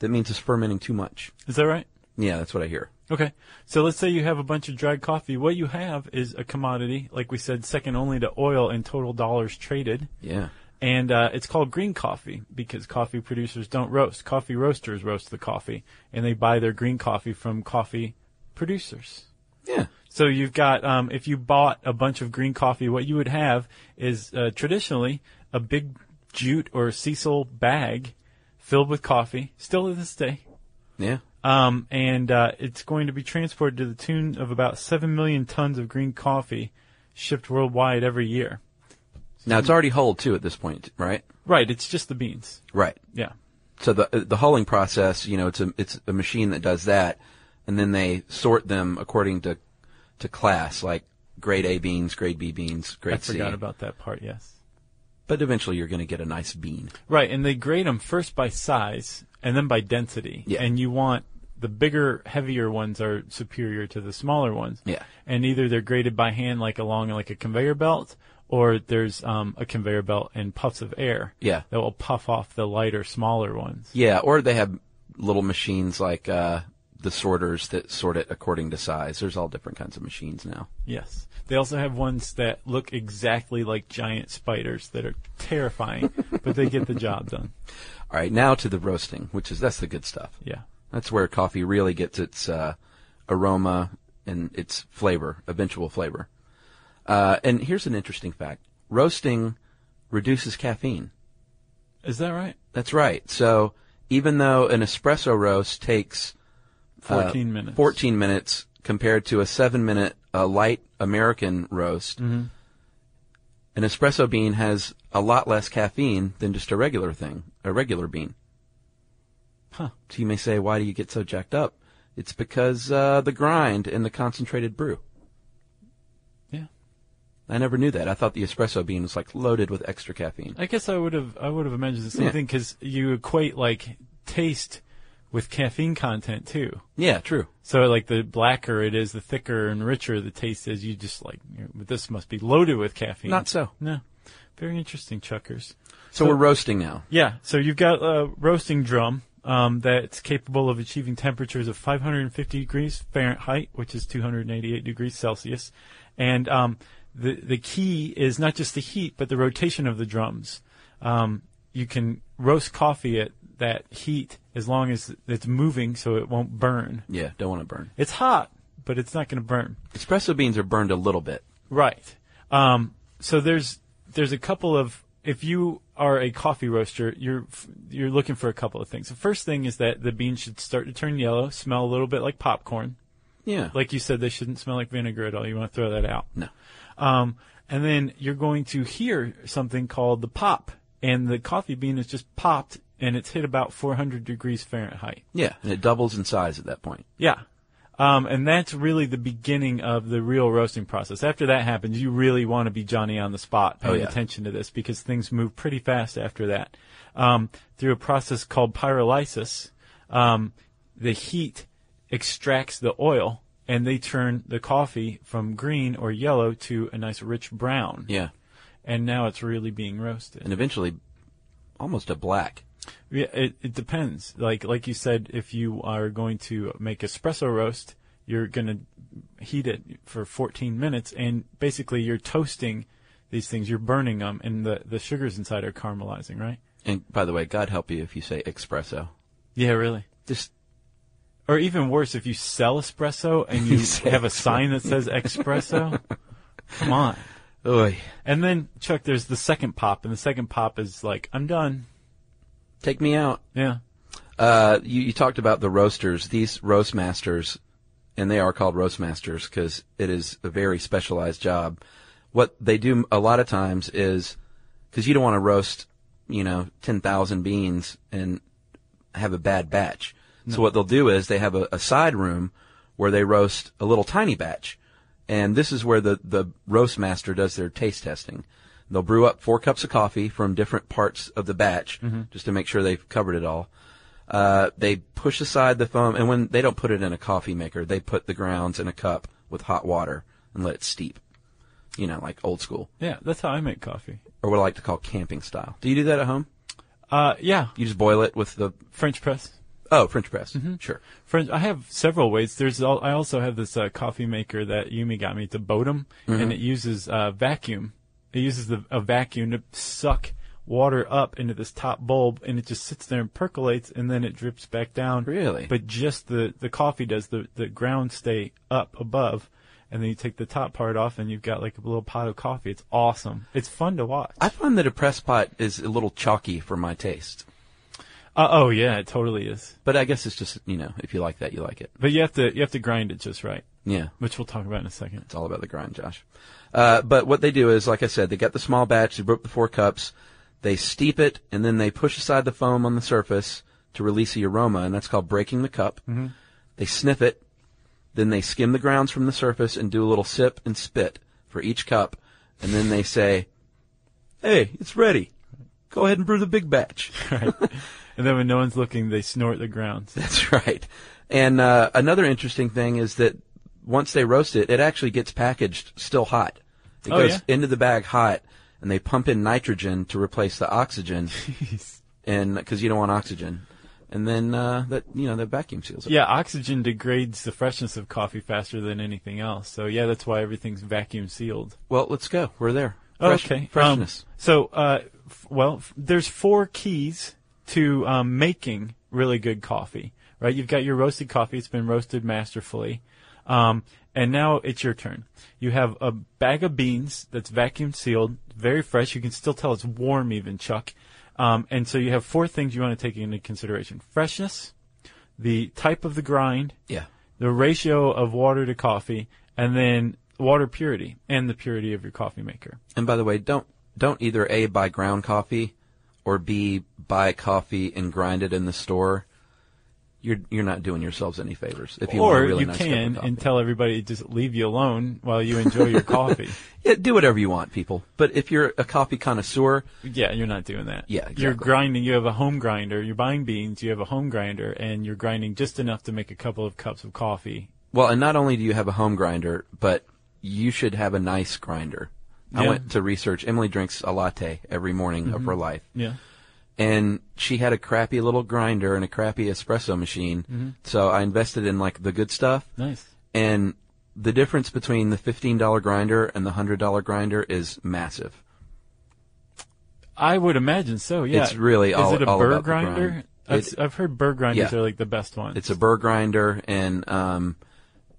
Speaker 3: that means it's fermenting too much.
Speaker 2: Is that right?
Speaker 3: Yeah, that's what I hear.
Speaker 2: Okay. So let's say you have a bunch of dried coffee. What you have is a commodity, like we said, second only to oil in total dollars traded.
Speaker 3: Yeah.
Speaker 2: And uh, it's called green coffee because coffee producers don't roast. Coffee roasters roast the coffee, and they buy their green coffee from coffee producers.
Speaker 3: Yeah.
Speaker 2: So you've got, um, if you bought a bunch of green coffee, what you would have is uh, traditionally a big jute or Cecil bag filled with coffee, still to this day.
Speaker 3: Yeah.
Speaker 2: Um, and uh, it's going to be transported to the tune of about 7 million tons of green coffee shipped worldwide every year.
Speaker 3: Now it's already hulled too at this point, right?
Speaker 2: Right, it's just the beans.
Speaker 3: Right.
Speaker 2: Yeah.
Speaker 3: so the the hulling process, you know, it's a it's a machine that does that, and then they sort them according to to class, like grade A beans, grade B beans, grade
Speaker 2: I
Speaker 3: C.
Speaker 2: forgot about that part, yes.
Speaker 3: but eventually, you're going to get a nice bean.
Speaker 2: Right, and they grade them first by size and then by density.
Speaker 3: Yeah.
Speaker 2: And you want the bigger, heavier ones are superior to the smaller ones.
Speaker 3: Yeah.
Speaker 2: And either they're graded by hand, like along like a conveyor belt, or there's um, a conveyor belt and puffs of air.
Speaker 3: Yeah.
Speaker 2: That will puff off the lighter, smaller ones.
Speaker 3: Yeah, or they have little machines like uh, the sorters that sort it according to size. There's all different kinds of machines now.
Speaker 2: Yes. They also have ones that look exactly like giant spiders that are terrifying, [laughs] but they get the job done.
Speaker 3: All right, now to the roasting, which is that's the good stuff.
Speaker 2: Yeah.
Speaker 3: That's where coffee really gets its uh, aroma and its flavor, eventual flavor. Uh, and here's an interesting fact: roasting reduces caffeine.
Speaker 2: Is that right?
Speaker 3: That's right. So even though an espresso roast takes uh,
Speaker 2: 14 minutes.
Speaker 3: 14 minutes compared to a seven-minute uh, light American roast,
Speaker 2: Mm-hmm.
Speaker 3: an espresso bean has a lot less caffeine than just a regular thing, a regular bean.
Speaker 2: Huh.
Speaker 3: So you may say, why do you get so jacked up? It's because uh, the grind and the concentrated brew.
Speaker 2: Yeah.
Speaker 3: I never knew that. I thought the espresso bean was like loaded with extra caffeine.
Speaker 2: I guess I would have, I would have imagined the same
Speaker 3: Yeah.
Speaker 2: thing because you equate like taste with caffeine content too.
Speaker 3: Yeah, true.
Speaker 2: So like the blacker it is, the thicker and richer the taste is. You just like, you know, this must be loaded with caffeine.
Speaker 3: Not so.
Speaker 2: No. Very interesting, Chuckers.
Speaker 3: So, we're roasting now.
Speaker 2: Yeah, so you've got a roasting drum um, that's capable of achieving temperatures of 550 degrees Fahrenheit, which is 288 degrees Celsius, and um, the the key is not just the heat, but the rotation of the drums. Um, you can roast coffee at that heat as long as it's moving, so it won't burn.
Speaker 3: Yeah, don't want to burn.
Speaker 2: It's hot, but it's not going to burn.
Speaker 3: Espresso beans are burned a little bit.
Speaker 2: Right. Um, so there's there's a couple of if you are a coffee roaster, you're f- you're looking for a couple of things. The first thing is that the beans should start to turn yellow, smell a little bit like popcorn.
Speaker 3: Yeah.
Speaker 2: Like you said, they shouldn't smell like vinegar at all. You want to throw that out.
Speaker 3: no.
Speaker 2: Um, and then you're going to hear something called the pop, and the coffee bean is just popped, and it's hit about 400 degrees Fahrenheit.
Speaker 3: Yeah, and it doubles in size at that point.
Speaker 2: Yeah. Um, and that's really the beginning of the real roasting process. After that happens, you really want to be Johnny on the spot paying
Speaker 3: yeah.
Speaker 2: attention to this because things move pretty fast after that. Um, through a process called pyrolysis, um, the heat extracts the oil and they turn the coffee from green or yellow to a nice rich brown.
Speaker 3: Yeah.
Speaker 2: And now it's really being roasted.
Speaker 3: And eventually almost a black.
Speaker 2: Yeah, it, it depends. Like like you said, if you are going to make espresso roast, you're going to heat it for 14 minutes, and basically you're toasting these things. You're burning them, and the the sugars inside are caramelizing, right?
Speaker 3: And by the way, God help you if you say espresso.
Speaker 2: Yeah, really.
Speaker 3: Just
Speaker 2: Or even worse, if you sell espresso [laughs] and you
Speaker 3: say
Speaker 2: have a sign that says espresso. Come on.
Speaker 3: oy.
Speaker 2: And then Chuck, there's the second pop, and the second pop is like, I'm done.
Speaker 3: Take me out.
Speaker 2: Yeah.
Speaker 3: Uh, you, you talked about the roasters. These roast masters, and they are called roast masters because it is a very specialized job. What they do a lot of times is because you don't want to roast, you know, ten thousand beans and have a bad batch. So what they'll do is they have a, a side room where they roast a little tiny batch, and this is where the the roast master does their taste testing. They'll brew up four cups of coffee from different parts of the batch just to make sure they've covered it all. Uh, they push aside the foam, and when they don't put it in a coffee maker, they put the grounds in a cup with hot water and let it steep. You know, like old school,
Speaker 2: Yeah, that's how I make coffee.
Speaker 3: or what I like to call camping style. Do you do that at home?
Speaker 2: Uh, yeah,
Speaker 3: You just boil it with the
Speaker 2: French press.
Speaker 3: oh French press, sure.
Speaker 2: French. I have several ways. There's. Al- I also have this uh, coffee maker that Yumi got me. It's a Bodum,
Speaker 3: Mm-hmm.
Speaker 2: and it uses uh, vacuum. It uses the, a vacuum to suck water up into this top bulb, and it just sits there and percolates, and then it drips back down.
Speaker 3: Really?
Speaker 2: But just the the coffee does. The the ground stay up above. And then you take the top part off, and you've got like a little pot of coffee. It's awesome. It's fun to watch.
Speaker 3: I find that a press pot is a little chalky for my taste,
Speaker 2: Uh, oh yeah, it totally is.
Speaker 3: but I guess it's just you know if you like that, you like it.
Speaker 2: But you have to you have to grind it just right,
Speaker 3: Yeah.
Speaker 2: which we'll talk about in a second.
Speaker 3: It's all about the grind, Josh. Uh, but what they do is, like I said, they get the small batch, they brew up the four cups, they steep it, and then they push aside the foam on the surface to release the aroma, and that's called breaking the cup. They sniff it, then they skim the grounds from the surface and do a little sip and spit for each cup, and then they say, "Hey, it's ready. Go ahead and brew the big batch."
Speaker 2: And then when no one's looking, they snort the grounds.
Speaker 3: That's [laughs] right. And uh, another interesting thing is that once they roast it, it actually gets packaged still hot. It
Speaker 2: Oh,
Speaker 3: goes
Speaker 2: yeah?
Speaker 3: into the bag hot, and they pump in nitrogen to replace
Speaker 2: [laughs]
Speaker 3: the oxygen, and because you don't want oxygen, and then uh, that you know the vacuum seals it.
Speaker 2: Yeah, oxygen degrades the freshness of coffee faster than anything else. So yeah, that's why everything's vacuum sealed.
Speaker 3: Well, let's go. We're there.
Speaker 2: Oh,
Speaker 3: Fresh-
Speaker 2: okay. Um,
Speaker 3: Freshness.
Speaker 2: so, uh, f- well, f- there's four keys to um, making really good coffee, right? You've got your roasted coffee. It's been roasted masterfully. Um, and now it's your turn. You have a bag of beans that's vacuum sealed, very fresh. You can still tell it's warm even, Chuck. Um, and so you have four things you want to take into consideration. Freshness, the type of the grind,
Speaker 3: yeah.
Speaker 2: the ratio of water to coffee, and then water purity and the purity of your coffee maker.
Speaker 3: And by the way, don't don't either a buy ground coffee, or b buy coffee and grind it in the store. You're you're not doing yourselves any favors if you
Speaker 2: or
Speaker 3: want a really
Speaker 2: you
Speaker 3: nice cup of
Speaker 2: can
Speaker 3: coffee.
Speaker 2: and tell everybody to just leave you alone while you enjoy your
Speaker 3: [laughs]
Speaker 2: coffee.
Speaker 3: Yeah, do whatever you want, people. But if you're a coffee connoisseur,
Speaker 2: Yeah, you're not doing that.
Speaker 3: Yeah,
Speaker 2: You're
Speaker 3: exactly.
Speaker 2: grinding. You have a home grinder. You're buying beans. You have a home grinder, and you're grinding just enough to make a couple of cups of coffee.
Speaker 3: well, and not only do you have a home grinder, but you should have a nice grinder. I
Speaker 2: Yeah.
Speaker 3: went to research. Emily drinks a latte every morning of her life.
Speaker 2: Yeah.
Speaker 3: And she had a crappy little grinder and a crappy espresso machine. So I invested in like the good stuff.
Speaker 2: Nice.
Speaker 3: And the difference between the $15 grinder and the $100 grinder is massive.
Speaker 2: I would imagine so. Yeah.
Speaker 3: It's really
Speaker 2: Is
Speaker 3: all-
Speaker 2: it a
Speaker 3: all
Speaker 2: burr
Speaker 3: about the
Speaker 2: grinder?
Speaker 3: grind.
Speaker 2: I've,
Speaker 3: It-
Speaker 2: I've heard burr grinders
Speaker 3: Yeah.
Speaker 2: are like the best ones.
Speaker 3: It's a burr grinder, and um,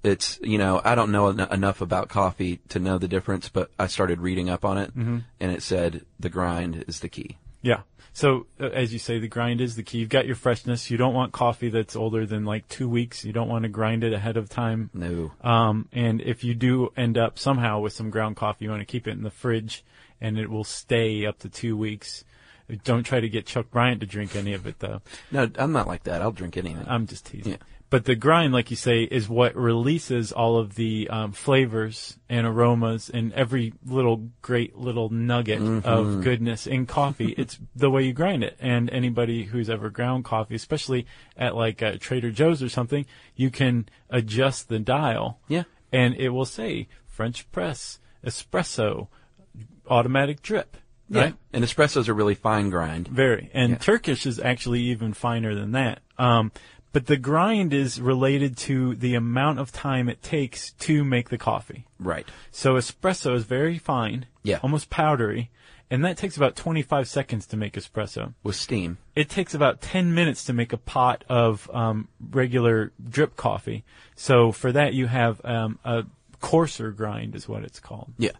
Speaker 3: it's you know I don't know en- enough about coffee to know the difference, but I started reading up on it, and it said the grind is the key.
Speaker 2: Yeah. So uh, as you say, the grind is the key. You've got your freshness. You don't want coffee that's older than like two weeks. You don't want to grind it ahead of time.
Speaker 3: No,
Speaker 2: Um, and if you do end up somehow with some ground coffee, you want to keep it in the fridge, and it will stay up to two weeks. Don't try to get Chuck Bryant to drink any of it, though.
Speaker 3: no, I'm not like that. I'll drink anything.
Speaker 2: I'm just teasing.
Speaker 3: Yeah.
Speaker 2: But the grind, like you say, is what releases all of the um, flavors and aromas and every little great little nugget
Speaker 3: Mm-hmm.
Speaker 2: of goodness in
Speaker 3: [laughs]
Speaker 2: coffee. it's the way you grind it. And anybody who's ever ground coffee, especially at like uh, Trader Joe's or something, you can adjust the dial.
Speaker 3: Yeah.
Speaker 2: And it will say French press, espresso, automatic drip.
Speaker 3: Yeah.
Speaker 2: Right?
Speaker 3: And espresso's a really fine grind.
Speaker 2: Very. And
Speaker 3: Yeah.
Speaker 2: Turkish is actually even finer than that. Um, but the grind is related to the amount of time it takes to make the coffee.
Speaker 3: Right.
Speaker 2: So espresso is very fine.
Speaker 3: Yeah.
Speaker 2: Almost powdery. And that takes about 25 seconds to make espresso.
Speaker 3: With steam.
Speaker 2: It takes about 10 minutes to make a pot of um, regular drip coffee. So for that, you have um, a coarser grind, is what it's called.
Speaker 3: Yeah.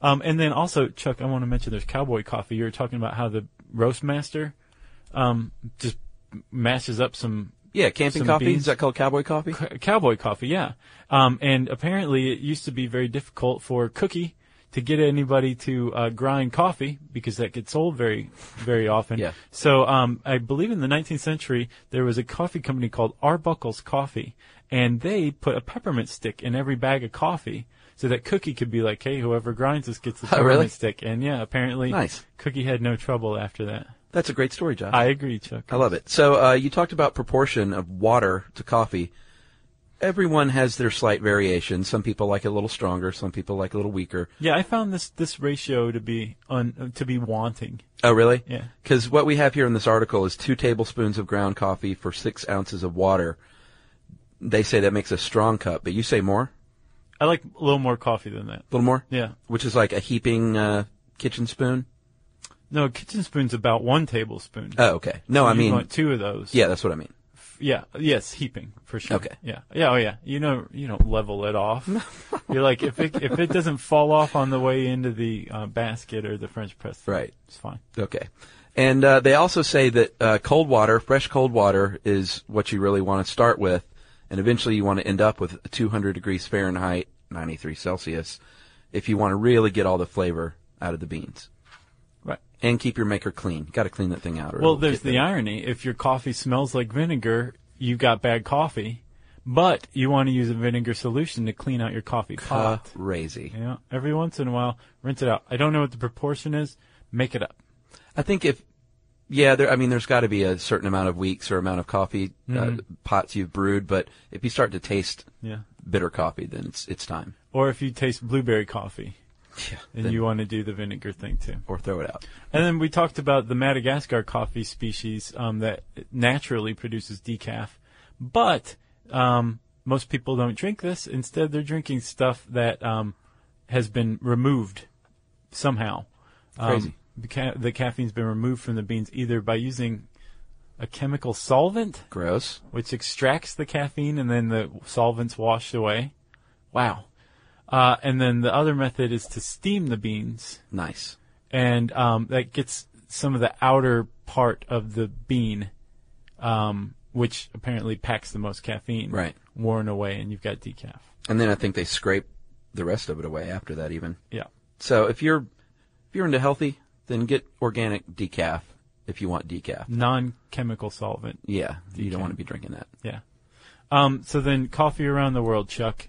Speaker 2: Um, and then also, Chuck, I want to mention there's cowboy coffee. You were talking about how the roast master um, just mashes up some
Speaker 3: Yeah, camping
Speaker 2: Some
Speaker 3: coffee.
Speaker 2: beans.
Speaker 3: Is that called cowboy coffee?
Speaker 2: c- cowboy coffee, yeah. Um, and apparently, it used to be very difficult for Cookie to get anybody to uh, grind coffee because that gets sold very, very often.
Speaker 3: Yeah.
Speaker 2: So um, I believe in the 19th century there was a coffee company called Arbuckle's Coffee, and they put a peppermint stick in every bag of coffee. So that Cookie could be like, hey, whoever grinds this gets the
Speaker 3: [laughs] Oh,
Speaker 2: peppermint
Speaker 3: really?
Speaker 2: stick. And yeah, apparently
Speaker 3: Nice.
Speaker 2: Cookie had no trouble after that.
Speaker 3: That's a great story, Josh.
Speaker 2: I agree, Chuck.
Speaker 3: I love it. So uh, you talked about proportion of water to coffee. Everyone has their slight variation. Some people like it a little stronger. Some people like it a little weaker.
Speaker 2: Yeah, I found this this ratio to be un, to be wanting.
Speaker 3: Oh, really?
Speaker 2: Yeah.
Speaker 3: Because what we have here in this article is two tablespoons of ground coffee for six ounces of water. They say that makes a strong cup, but you say more,
Speaker 2: I like a little more coffee than that.
Speaker 3: a little more,
Speaker 2: Yeah.
Speaker 3: which is like a heaping uh, kitchen spoon.
Speaker 2: No, a kitchen spoon's about one tablespoon.
Speaker 3: Oh, okay. No, I
Speaker 2: you
Speaker 3: mean,
Speaker 2: want two of those.
Speaker 3: yeah, that's what I mean.
Speaker 2: Yeah. Yes, heaping for sure.
Speaker 3: Okay.
Speaker 2: Yeah. Yeah. Oh, yeah. You know, you don't level it
Speaker 3: [laughs]
Speaker 2: off. You're like, if it if it doesn't fall off on the way into the uh, basket or the French press,
Speaker 3: Right.
Speaker 2: It's fine.
Speaker 3: Okay. And uh, they also say that uh, cold water, fresh cold water, is what you really want to start with, and eventually you want to end up with 200 degrees Fahrenheit, 93 Celsius, if you want to really get all the flavor out of the beans.
Speaker 2: Right.
Speaker 3: And keep your maker clean. Got to clean that thing out. or
Speaker 2: Well,
Speaker 3: it'll
Speaker 2: there's
Speaker 3: get
Speaker 2: the irony. If your coffee smells like vinegar, you got bad coffee, but you want to use a vinegar solution to clean out your coffee pot.
Speaker 3: crazy.
Speaker 2: Yeah. Every once in a while, rinse it out. I don't know what the proportion is. Make it up.
Speaker 3: I think if, yeah, there. I mean, there's got to be a certain amount of weeks or amount of coffee uh, pots you've brewed, but if you start to taste
Speaker 2: Yeah.
Speaker 3: bitter coffee, then it's it's time.
Speaker 2: Or if you taste blueberry coffee
Speaker 3: Yeah.
Speaker 2: and you want to do the vinegar thing too.
Speaker 3: or throw it out.
Speaker 2: And then we talked about the Madagascar coffee species um, that naturally produces decaf, but um, most people don't drink this. Instead, they're drinking stuff that um, has been removed somehow. Um,
Speaker 3: Crazy.
Speaker 2: the, ca- the caffeine's been removed from the beans either by using a chemical solvent,
Speaker 3: Gross.
Speaker 2: which extracts the caffeine and then the solvent's washed away. Wow. Uh, and then the other method is to steam the beans
Speaker 3: Nice.
Speaker 2: and um, that gets some of the outer part of the bean, um, which apparently packs the most caffeine,
Speaker 3: Right.
Speaker 2: worn away, and you've got decaf.
Speaker 3: And then I think they scrape the rest of it away after that even.
Speaker 2: Yeah,
Speaker 3: So if you're if you're into healthy, then get organic decaf if you want
Speaker 2: Mm.
Speaker 3: decaf.
Speaker 2: non-chemical solvent.
Speaker 3: Yeah, you
Speaker 2: Decaf.
Speaker 3: don't want to be drinking that.
Speaker 2: Yeah. Um, so then, coffee around the world, Chuck.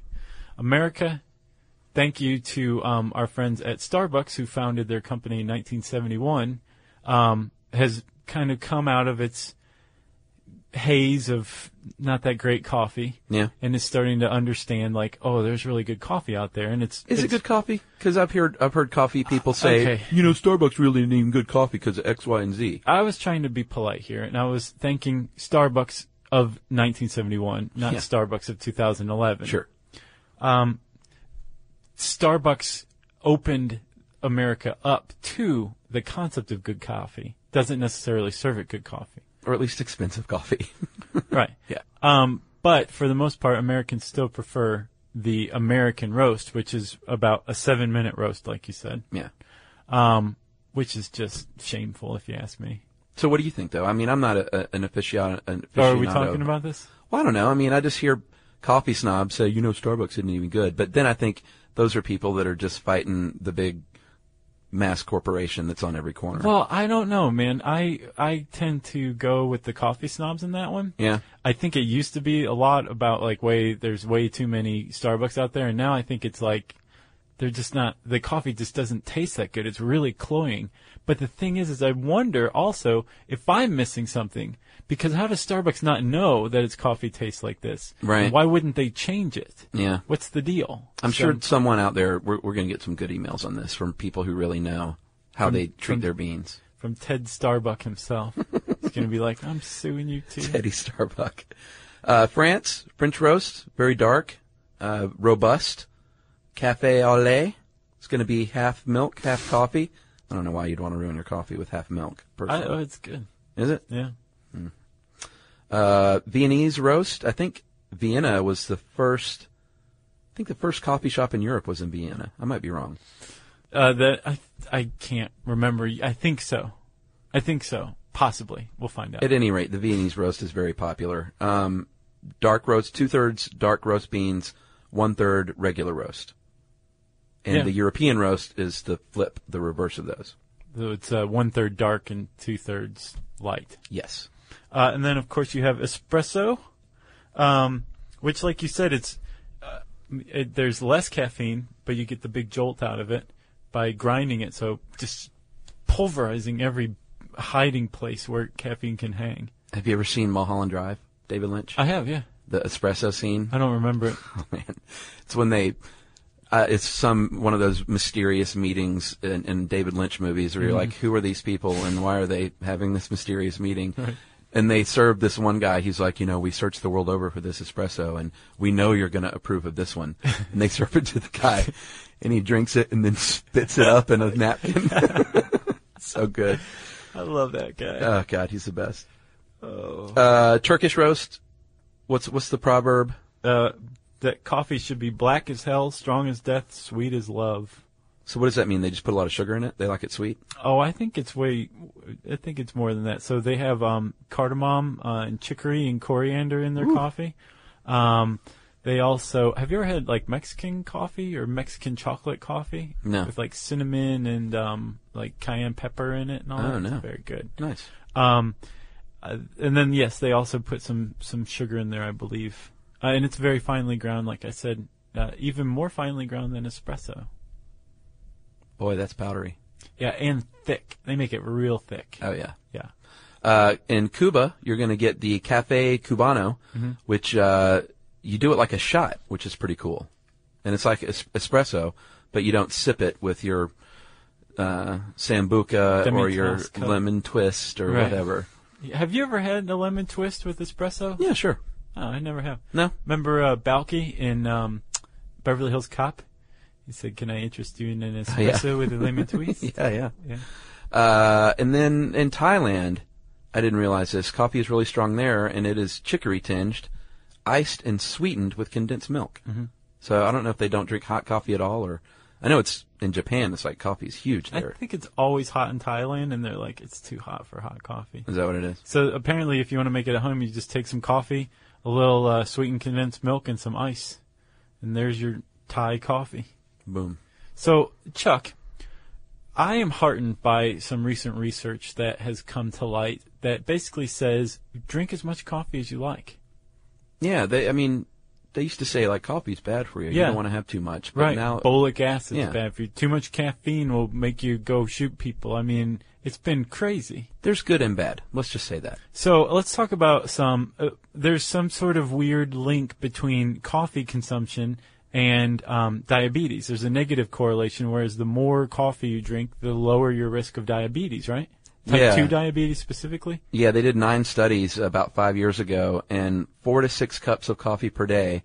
Speaker 2: America, thank you to um, our friends at Starbucks who founded their company in 1971, um, has kind of come out of its haze of not that great coffee.
Speaker 3: Yeah.
Speaker 2: And is starting to understand, like, oh, there's really good coffee out there, and it's
Speaker 3: Is
Speaker 2: it's, Uh,
Speaker 3: it good coffee? Because I've heard I've heard coffee people say,
Speaker 2: Okay.
Speaker 3: you know, Starbucks really isn't even good coffee because of X, Y, and Z.
Speaker 2: I was trying to be polite here, and I was thanking Starbucks of 1971, not
Speaker 3: Yeah.
Speaker 2: Starbucks of 2011.
Speaker 3: Sure.
Speaker 2: Starbucks opened America up to the concept of good coffee. Doesn't necessarily serve it good coffee.
Speaker 3: Or at least expensive coffee. [laughs]
Speaker 2: Right.
Speaker 3: yeah.
Speaker 2: Um, but for the most part, Americans still prefer the American roast, which is about a seven minute roast, like you said,
Speaker 3: Yeah.
Speaker 2: which is just shameful if you ask me.
Speaker 3: So what do you think though? I mean, I'm not a, a, an aficionado. An
Speaker 2: Or are we
Speaker 3: aficionado.
Speaker 2: talking about this?
Speaker 3: Well, I don't know. I mean, I just hear coffee snobs say, you know, Starbucks isn't even good. But then I think those are people that are just fighting the big mass corporation that's on every corner.
Speaker 2: Well, I don't know, man. I I tend to go with the coffee snobs in that one.
Speaker 3: Yeah.
Speaker 2: I think it used to be a lot about like way there's way too many Starbucks out there, and now I think it's like they're just not the coffee just doesn't taste that good. It's really cloying. But the thing is, is I wonder also if I'm missing something because how does Starbucks not know that its coffee tastes like this?
Speaker 3: Right.
Speaker 2: And why wouldn't they change it?
Speaker 3: Yeah.
Speaker 2: What's the deal?
Speaker 3: I'm
Speaker 2: So-
Speaker 3: sure someone out there, we're, we're going to get some good emails on this from people who really know how they treat
Speaker 2: from-
Speaker 3: their beans.
Speaker 2: from Ted Starbuck himself. He's going to be like, I'm suing you
Speaker 3: [laughs]
Speaker 2: too.
Speaker 3: Teddy Starbuck. Uh, France, French roast, very dark, uh, robust. Cafe au lait. It's going to be half milk, half coffee. I don't know why you'd want to ruin your coffee with half milk,
Speaker 2: I, oh,
Speaker 3: personally.
Speaker 2: it's good.
Speaker 3: Is it?
Speaker 2: Yeah.
Speaker 3: Uh, Viennese roast. I think Vienna was the first, I think the first coffee shop in Europe was in Vienna. I might be wrong.
Speaker 2: Uh, that I I can't remember. I think so. I think so. Possibly. We'll find out.
Speaker 3: At any rate, the Viennese roast is very popular. Um, dark roast, two thirds dark roast beans, one third regular roast. And
Speaker 2: Yeah.
Speaker 3: the European roast is the flip, the reverse of those.
Speaker 2: So it's uh, one third dark and two thirds light.
Speaker 3: Yes.
Speaker 2: Uh, and then of course you have espresso, um, which, like you said, it's uh, it, there's less caffeine, but you get the big jolt out of it by grinding it. So just pulverizing every hiding place where caffeine can hang.
Speaker 3: Have you ever seen Mulholland Drive, David Lynch?
Speaker 2: I have, yeah.
Speaker 3: the espresso scene?
Speaker 2: I don't remember it.
Speaker 3: Oh [laughs] man, it's when they. Uh, it's some one of those mysterious meetings in, in David Lynch movies where you're like, who are these people and why are they having this mysterious meeting? And they serve this one guy. He's like, you know, we searched the world over for this espresso, and we know you're going to approve of this one. And they serve it to the guy, and he drinks it and then [laughs] spits it up in a napkin. [laughs] so good.
Speaker 2: [laughs] I love that guy.
Speaker 3: Oh God, he's the best.
Speaker 2: oh.
Speaker 3: Uh, Turkish roast. What's what's the proverb?
Speaker 2: Uh, that coffee should be black as hell, strong as death, sweet as love.
Speaker 3: So what does that mean? They just put a lot of sugar in it. They like it sweet.
Speaker 2: Oh, I think it's way. I think it's more than that. So they have um, cardamom uh, and chicory and coriander in their coffee. Um, they also have you ever had like Mexican coffee or Mexican chocolate coffee?
Speaker 3: No.
Speaker 2: With like cinnamon and um, like cayenne pepper in it and all
Speaker 3: Oh,
Speaker 2: that.
Speaker 3: no.
Speaker 2: It's very good.
Speaker 3: Nice.
Speaker 2: Um, uh, and then yes, they also put some some sugar in there, I believe, uh, and it's very finely ground. Like I said, uh, even more finely ground than espresso.
Speaker 3: Boy, that's powdery.
Speaker 2: Yeah, and thick. They make it real thick.
Speaker 3: Oh yeah.
Speaker 2: yeah.
Speaker 3: Uh, in Cuba, you're going to get the Cafe Cubano,
Speaker 2: Mm-hmm.
Speaker 3: which uh, you do it like a shot, which is pretty cool, and it's like es- espresso, but you don't sip it with your uh, sambuca
Speaker 2: Lemon
Speaker 3: or your
Speaker 2: twist cup.
Speaker 3: lemon twist or
Speaker 2: Right.
Speaker 3: whatever.
Speaker 2: Have you ever had a lemon twist with espresso?
Speaker 3: Yeah, sure.
Speaker 2: Oh, I never have.
Speaker 3: No.
Speaker 2: Remember uh, Balky in um, Beverly Hills Cop? He said, "Can I interest you in an
Speaker 3: [laughs] yeah.
Speaker 2: espresso with a lemon twist?"
Speaker 3: [laughs] Yeah, yeah.
Speaker 2: yeah.
Speaker 3: Uh, and then in Thailand, I didn't realize this. Coffee is really strong there, and it is chicory tinged, iced and sweetened with condensed milk.
Speaker 2: Mm-hmm.
Speaker 3: So I don't know if they don't drink hot coffee at all, or I know it's in Japan. It's like coffee is huge
Speaker 2: I
Speaker 3: there. Is
Speaker 2: think it's always hot in Thailand, and they're like, "It's too hot for hot coffee."
Speaker 3: that what it is?
Speaker 2: So apparently, if you want to make it at home, you just take some coffee, a little uh, sweetened condensed milk, and some ice, and there's your Thai coffee.
Speaker 3: Boom.
Speaker 2: So Chuck, I am heartened by some recent research that has come to light that basically says drink as much coffee as you like.
Speaker 3: Yeah, they. I mean, they used to say like coffee's bad for you. You
Speaker 2: Yeah.
Speaker 3: don't want to have too much. But Now,
Speaker 2: Folic acid is
Speaker 3: Yeah.
Speaker 2: bad for you. Too much caffeine will make you go shoot people. I mean, it's been crazy.
Speaker 3: there's good and bad. Let's just say that.
Speaker 2: So let's talk about some. Uh, there's some sort of weird link between coffee consumption and um, diabetes. There's a negative correlation, whereas the more coffee you drink, the lower your risk of diabetes, right? Type
Speaker 3: Yeah.
Speaker 2: 2 diabetes specifically?
Speaker 3: Yeah, they did nine studies about five years ago, and four to six cups of coffee per day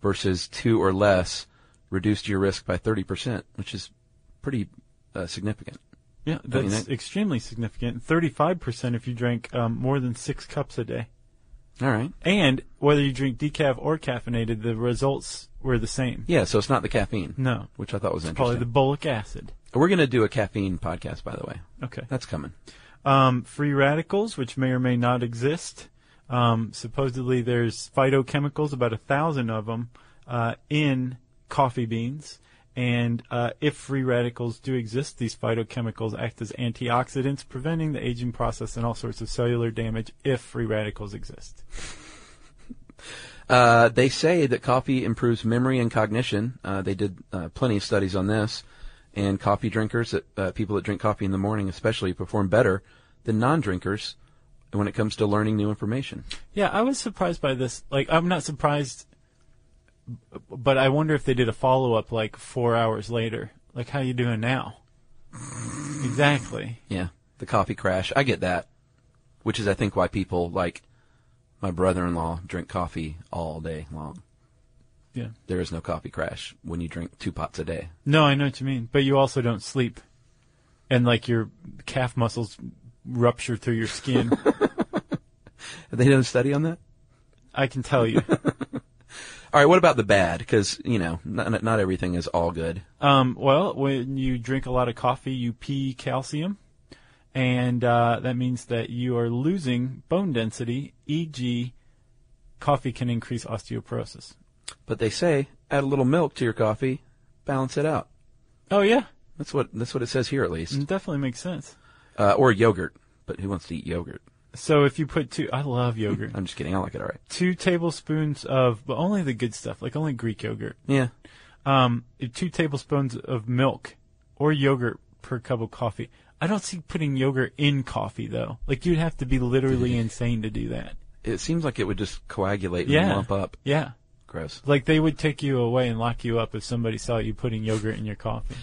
Speaker 3: versus two or less reduced your risk by 30%, which is pretty uh, significant.
Speaker 2: Yeah,
Speaker 3: I mean,
Speaker 2: that's
Speaker 3: that-
Speaker 2: extremely significant. 35% if you drink um, more than six cups a day.
Speaker 3: All right.
Speaker 2: And whether you drink decaf or caffeinated, the results were the same.
Speaker 3: Yeah, so it's not the caffeine.
Speaker 2: No.
Speaker 3: Which I thought was
Speaker 2: Probably the
Speaker 3: interesting.
Speaker 2: bolic acid.
Speaker 3: We're going to do a caffeine podcast, by the way.
Speaker 2: Okay.
Speaker 3: That's coming.
Speaker 2: Um, free radicals, which may or may not exist. Um, supposedly, there's phytochemicals, about a thousand of them, uh, in coffee beans. And uh, if free radicals do exist, these phytochemicals act as antioxidants, preventing the aging process and all sorts of cellular damage if free radicals exist.
Speaker 3: Uh, they say that coffee improves memory and cognition. Uh, they did uh, plenty of studies on this, and coffee drinkers, that, uh, people that drink coffee in the morning, especially, perform better than non-drinkers when it comes to learning new information.
Speaker 2: Yeah, I was surprised by this. Like, I'm not surprised, but I wonder if they did a follow up like four hours later. Like, how you doing now? exactly.
Speaker 3: Yeah, the coffee crash. I get that, which is I think why people like my brother-in-law drink coffee all day long.
Speaker 2: Yeah.
Speaker 3: There is no coffee crash when you drink two pots a day.
Speaker 2: No, I know what you mean, but you also don't sleep, and like your calf muscles rupture through your [laughs] skin.
Speaker 3: Have they done a study on that?
Speaker 2: I can tell you.
Speaker 3: All right, what about the bad? Because you know, not, not everything is all good.
Speaker 2: Um, well, when you drink a lot of coffee, you pee calcium, and uh, that means that you are losing bone density. E.g., coffee can increase osteoporosis.
Speaker 3: But they say add a little milk to your coffee, balance it out.
Speaker 2: Oh yeah,
Speaker 3: That's what that's what it says here at least.
Speaker 2: it definitely makes sense.
Speaker 3: Uh, or yogurt, but who wants to eat yogurt?
Speaker 2: So if you put two, I love yogurt. [laughs]
Speaker 3: I'm just kidding. I like it all right.
Speaker 2: two tablespoons of, but only the good stuff, like only Greek yogurt.
Speaker 3: Yeah.
Speaker 2: Um, two tablespoons of milk or yogurt per cup of coffee. I don't see putting yogurt in coffee though. Like you'd have to be [laughs] literally insane to do that.
Speaker 3: It seems like it would just coagulate and
Speaker 2: Yeah.
Speaker 3: lump up.
Speaker 2: Yeah.
Speaker 3: Gross.
Speaker 2: Like they would take you away and lock you up if somebody saw you putting yogurt in your coffee.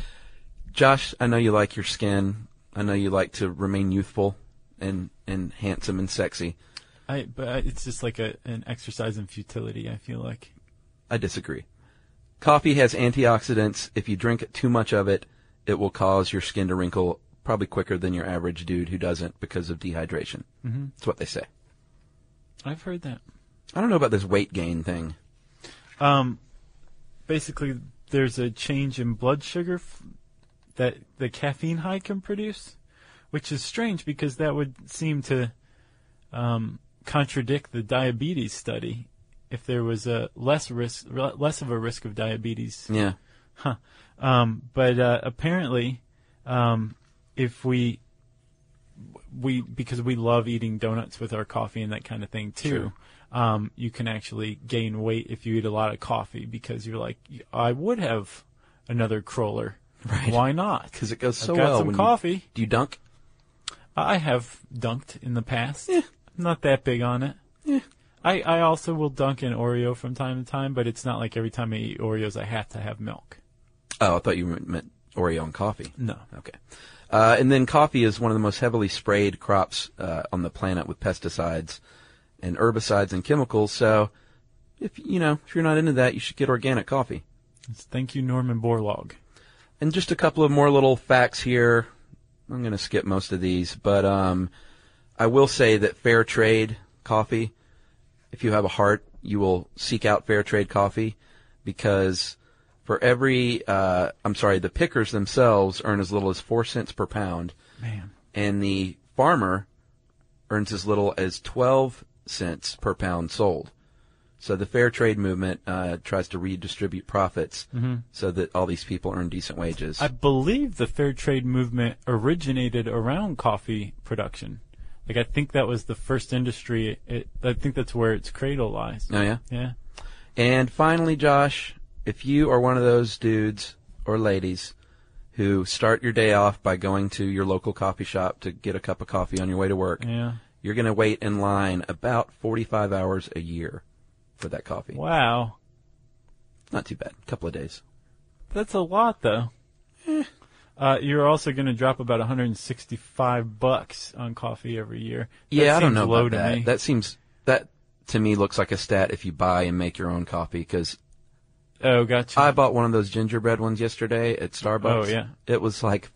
Speaker 3: Josh, I know you like your skin. I know you like to remain youthful and and handsome and sexy.
Speaker 2: I, but I- it's just like a, an exercise in futility, I feel like.
Speaker 3: I disagree. Coffee has antioxidants. If you drink too much of it, it will cause your skin to wrinkle probably quicker than your average dude who doesn't because of dehydration. Mm-hmm. That's what they say.
Speaker 2: I've heard that.
Speaker 3: I don't know about this weight gain thing.
Speaker 2: Um, basically, there's a change in blood sugar f- that the caffeine high can produce, which is strange because that would seem to um, contradict the diabetes study. If there was a less risk, re- less of a risk of diabetes,
Speaker 3: Yeah.
Speaker 2: um, but uh, apparently, um, if we we because we love eating donuts with our coffee and that kind of thing too. Um, you can actually gain weight if you eat a lot of coffee because you're like, I would have another crawler.
Speaker 3: Right.
Speaker 2: Why not?
Speaker 3: Because it goes
Speaker 2: I've
Speaker 3: so
Speaker 2: got
Speaker 3: well.
Speaker 2: some
Speaker 3: when you-
Speaker 2: coffee.
Speaker 3: do you dunk?
Speaker 2: I have dunked in the past. I'm not that big on it. I, I also will dunk an Oreo from time to time, but it's not like every time I eat Oreos I have to have milk.
Speaker 3: Oh, I thought you meant Oreo and coffee.
Speaker 2: No.
Speaker 3: Okay. Uh, and then coffee is one of the most heavily sprayed crops uh, on the planet with pesticides and herbicides and chemicals. So, if you know if you're not into that, you should get organic coffee.
Speaker 2: It's thank you, Norman Borlaug.
Speaker 3: And just a couple of more little facts here. I'm going to skip most of these, but um, I will say that fair trade coffee, if you have a heart, you will seek out fair trade coffee because for every, uh, I'm sorry, the pickers themselves earn as little as four cents per pound,
Speaker 2: Man.
Speaker 3: and the farmer earns as little as 12 cents per pound sold. So the fair trade movement uh, tries to redistribute profits so that all these people earn decent wages.
Speaker 2: I believe the fair trade movement originated around coffee production. Like I think that was the first industry. It, I think that's where its cradle lies.
Speaker 3: oh yeah.
Speaker 2: Yeah.
Speaker 3: And finally, Josh, if you are one of those dudes or ladies who start your day off by going to your local coffee shop to get a cup of coffee on your way to work,
Speaker 2: Yeah.
Speaker 3: you're going to wait in line about 45 hours a year for that coffee.
Speaker 2: Wow.
Speaker 3: Not too bad. A couple of days.
Speaker 2: That's a lot though.
Speaker 3: Eh.
Speaker 2: Uh, you're also going to drop about 165 bucks on coffee every year. That
Speaker 3: yeah, I don't
Speaker 2: seems
Speaker 3: know
Speaker 2: low
Speaker 3: about
Speaker 2: to
Speaker 3: that.
Speaker 2: me.
Speaker 3: That seems that to me looks like a stat if you buy and make your own coffee because
Speaker 2: oh, gotcha.
Speaker 3: I bought one of those gingerbread ones yesterday at
Speaker 2: Oh,
Speaker 3: Starbucks.
Speaker 2: yeah.
Speaker 3: It was like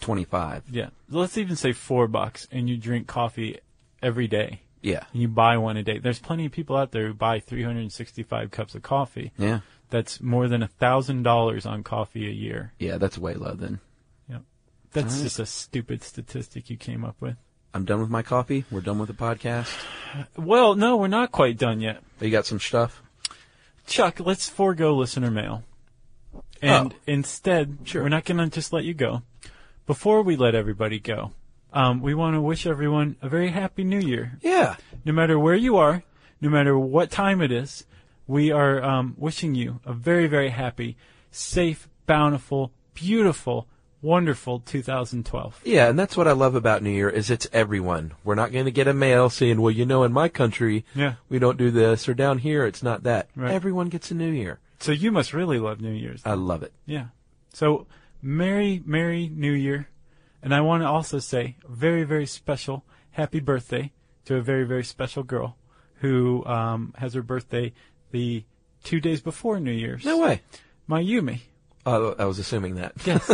Speaker 3: 525.
Speaker 2: yeah. Let's even say four bucks, and you drink coffee every day,
Speaker 3: Yeah.
Speaker 2: and you buy one a day. There's plenty of people out there who buy 365 cups of coffee.
Speaker 3: Yeah.
Speaker 2: That's more than a thousand dollars on coffee a year.
Speaker 3: Yeah, that's way low then.
Speaker 2: Yep. That's
Speaker 3: Alright.
Speaker 2: just a stupid statistic you came up with.
Speaker 3: I'm done with my coffee. We're done with the podcast.
Speaker 2: Well, no, we're not quite done yet.
Speaker 3: You got some stuff?
Speaker 2: Chuck, let's forego listener mail. And
Speaker 3: Oh.
Speaker 2: instead, we're not going to just let you go. Before we let everybody go, um, we want to wish everyone a very happy new year.
Speaker 3: Yeah.
Speaker 2: No matter where you are, no matter what time it is, we are um, wishing you a very, very happy, safe, bountiful, beautiful, wonderful 2012.
Speaker 3: Yeah, and that's what I love about New Year is it's everyone. We're not going to get a mail saying, "Well, you know, in my country,
Speaker 2: Yeah.
Speaker 3: we don't do this," or down here, it's not that.
Speaker 2: Right.
Speaker 3: Everyone gets a New Year.
Speaker 2: So you must really love New Year's.
Speaker 3: I love it.
Speaker 2: Yeah. So, Merry, Merry New Year. And I want to also say a very, very special happy birthday to a very, very special girl who um, has her birthday the two days before New Year's.
Speaker 3: No way.
Speaker 2: My Yumi.
Speaker 3: Uh, I was assuming that.
Speaker 2: Yes.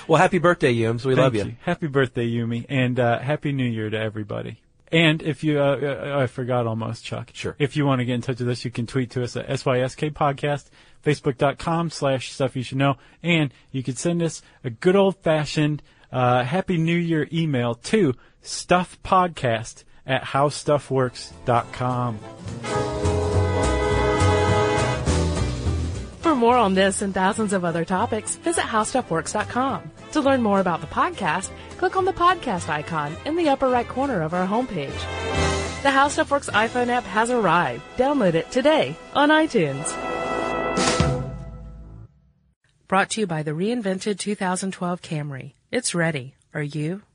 Speaker 3: [laughs] well, happy birthday, Yums. We love
Speaker 2: Thank you. Happy birthday, Yumi, and uh, happy New Year to everybody. And if you, uh, uh, I forgot almost, Chuck.
Speaker 3: Sure.
Speaker 2: If you want to get in touch with us, you can tweet to us at SYSK Podcast, Facebook.com slash Stuff You Should Know, and you can send us a good old fashioned uh, Happy New Year email to StuffPodcast at HowStuffWorks.com.
Speaker 1: For more on this and thousands of other topics, visit howstuffworks.com. To learn more about the podcast, click on the podcast icon in the upper right corner of our homepage. The How Stuff Works iPhone app has arrived. Download it today on iTunes. Brought to you by the reinvented 2012 Camry. It's ready. Are you?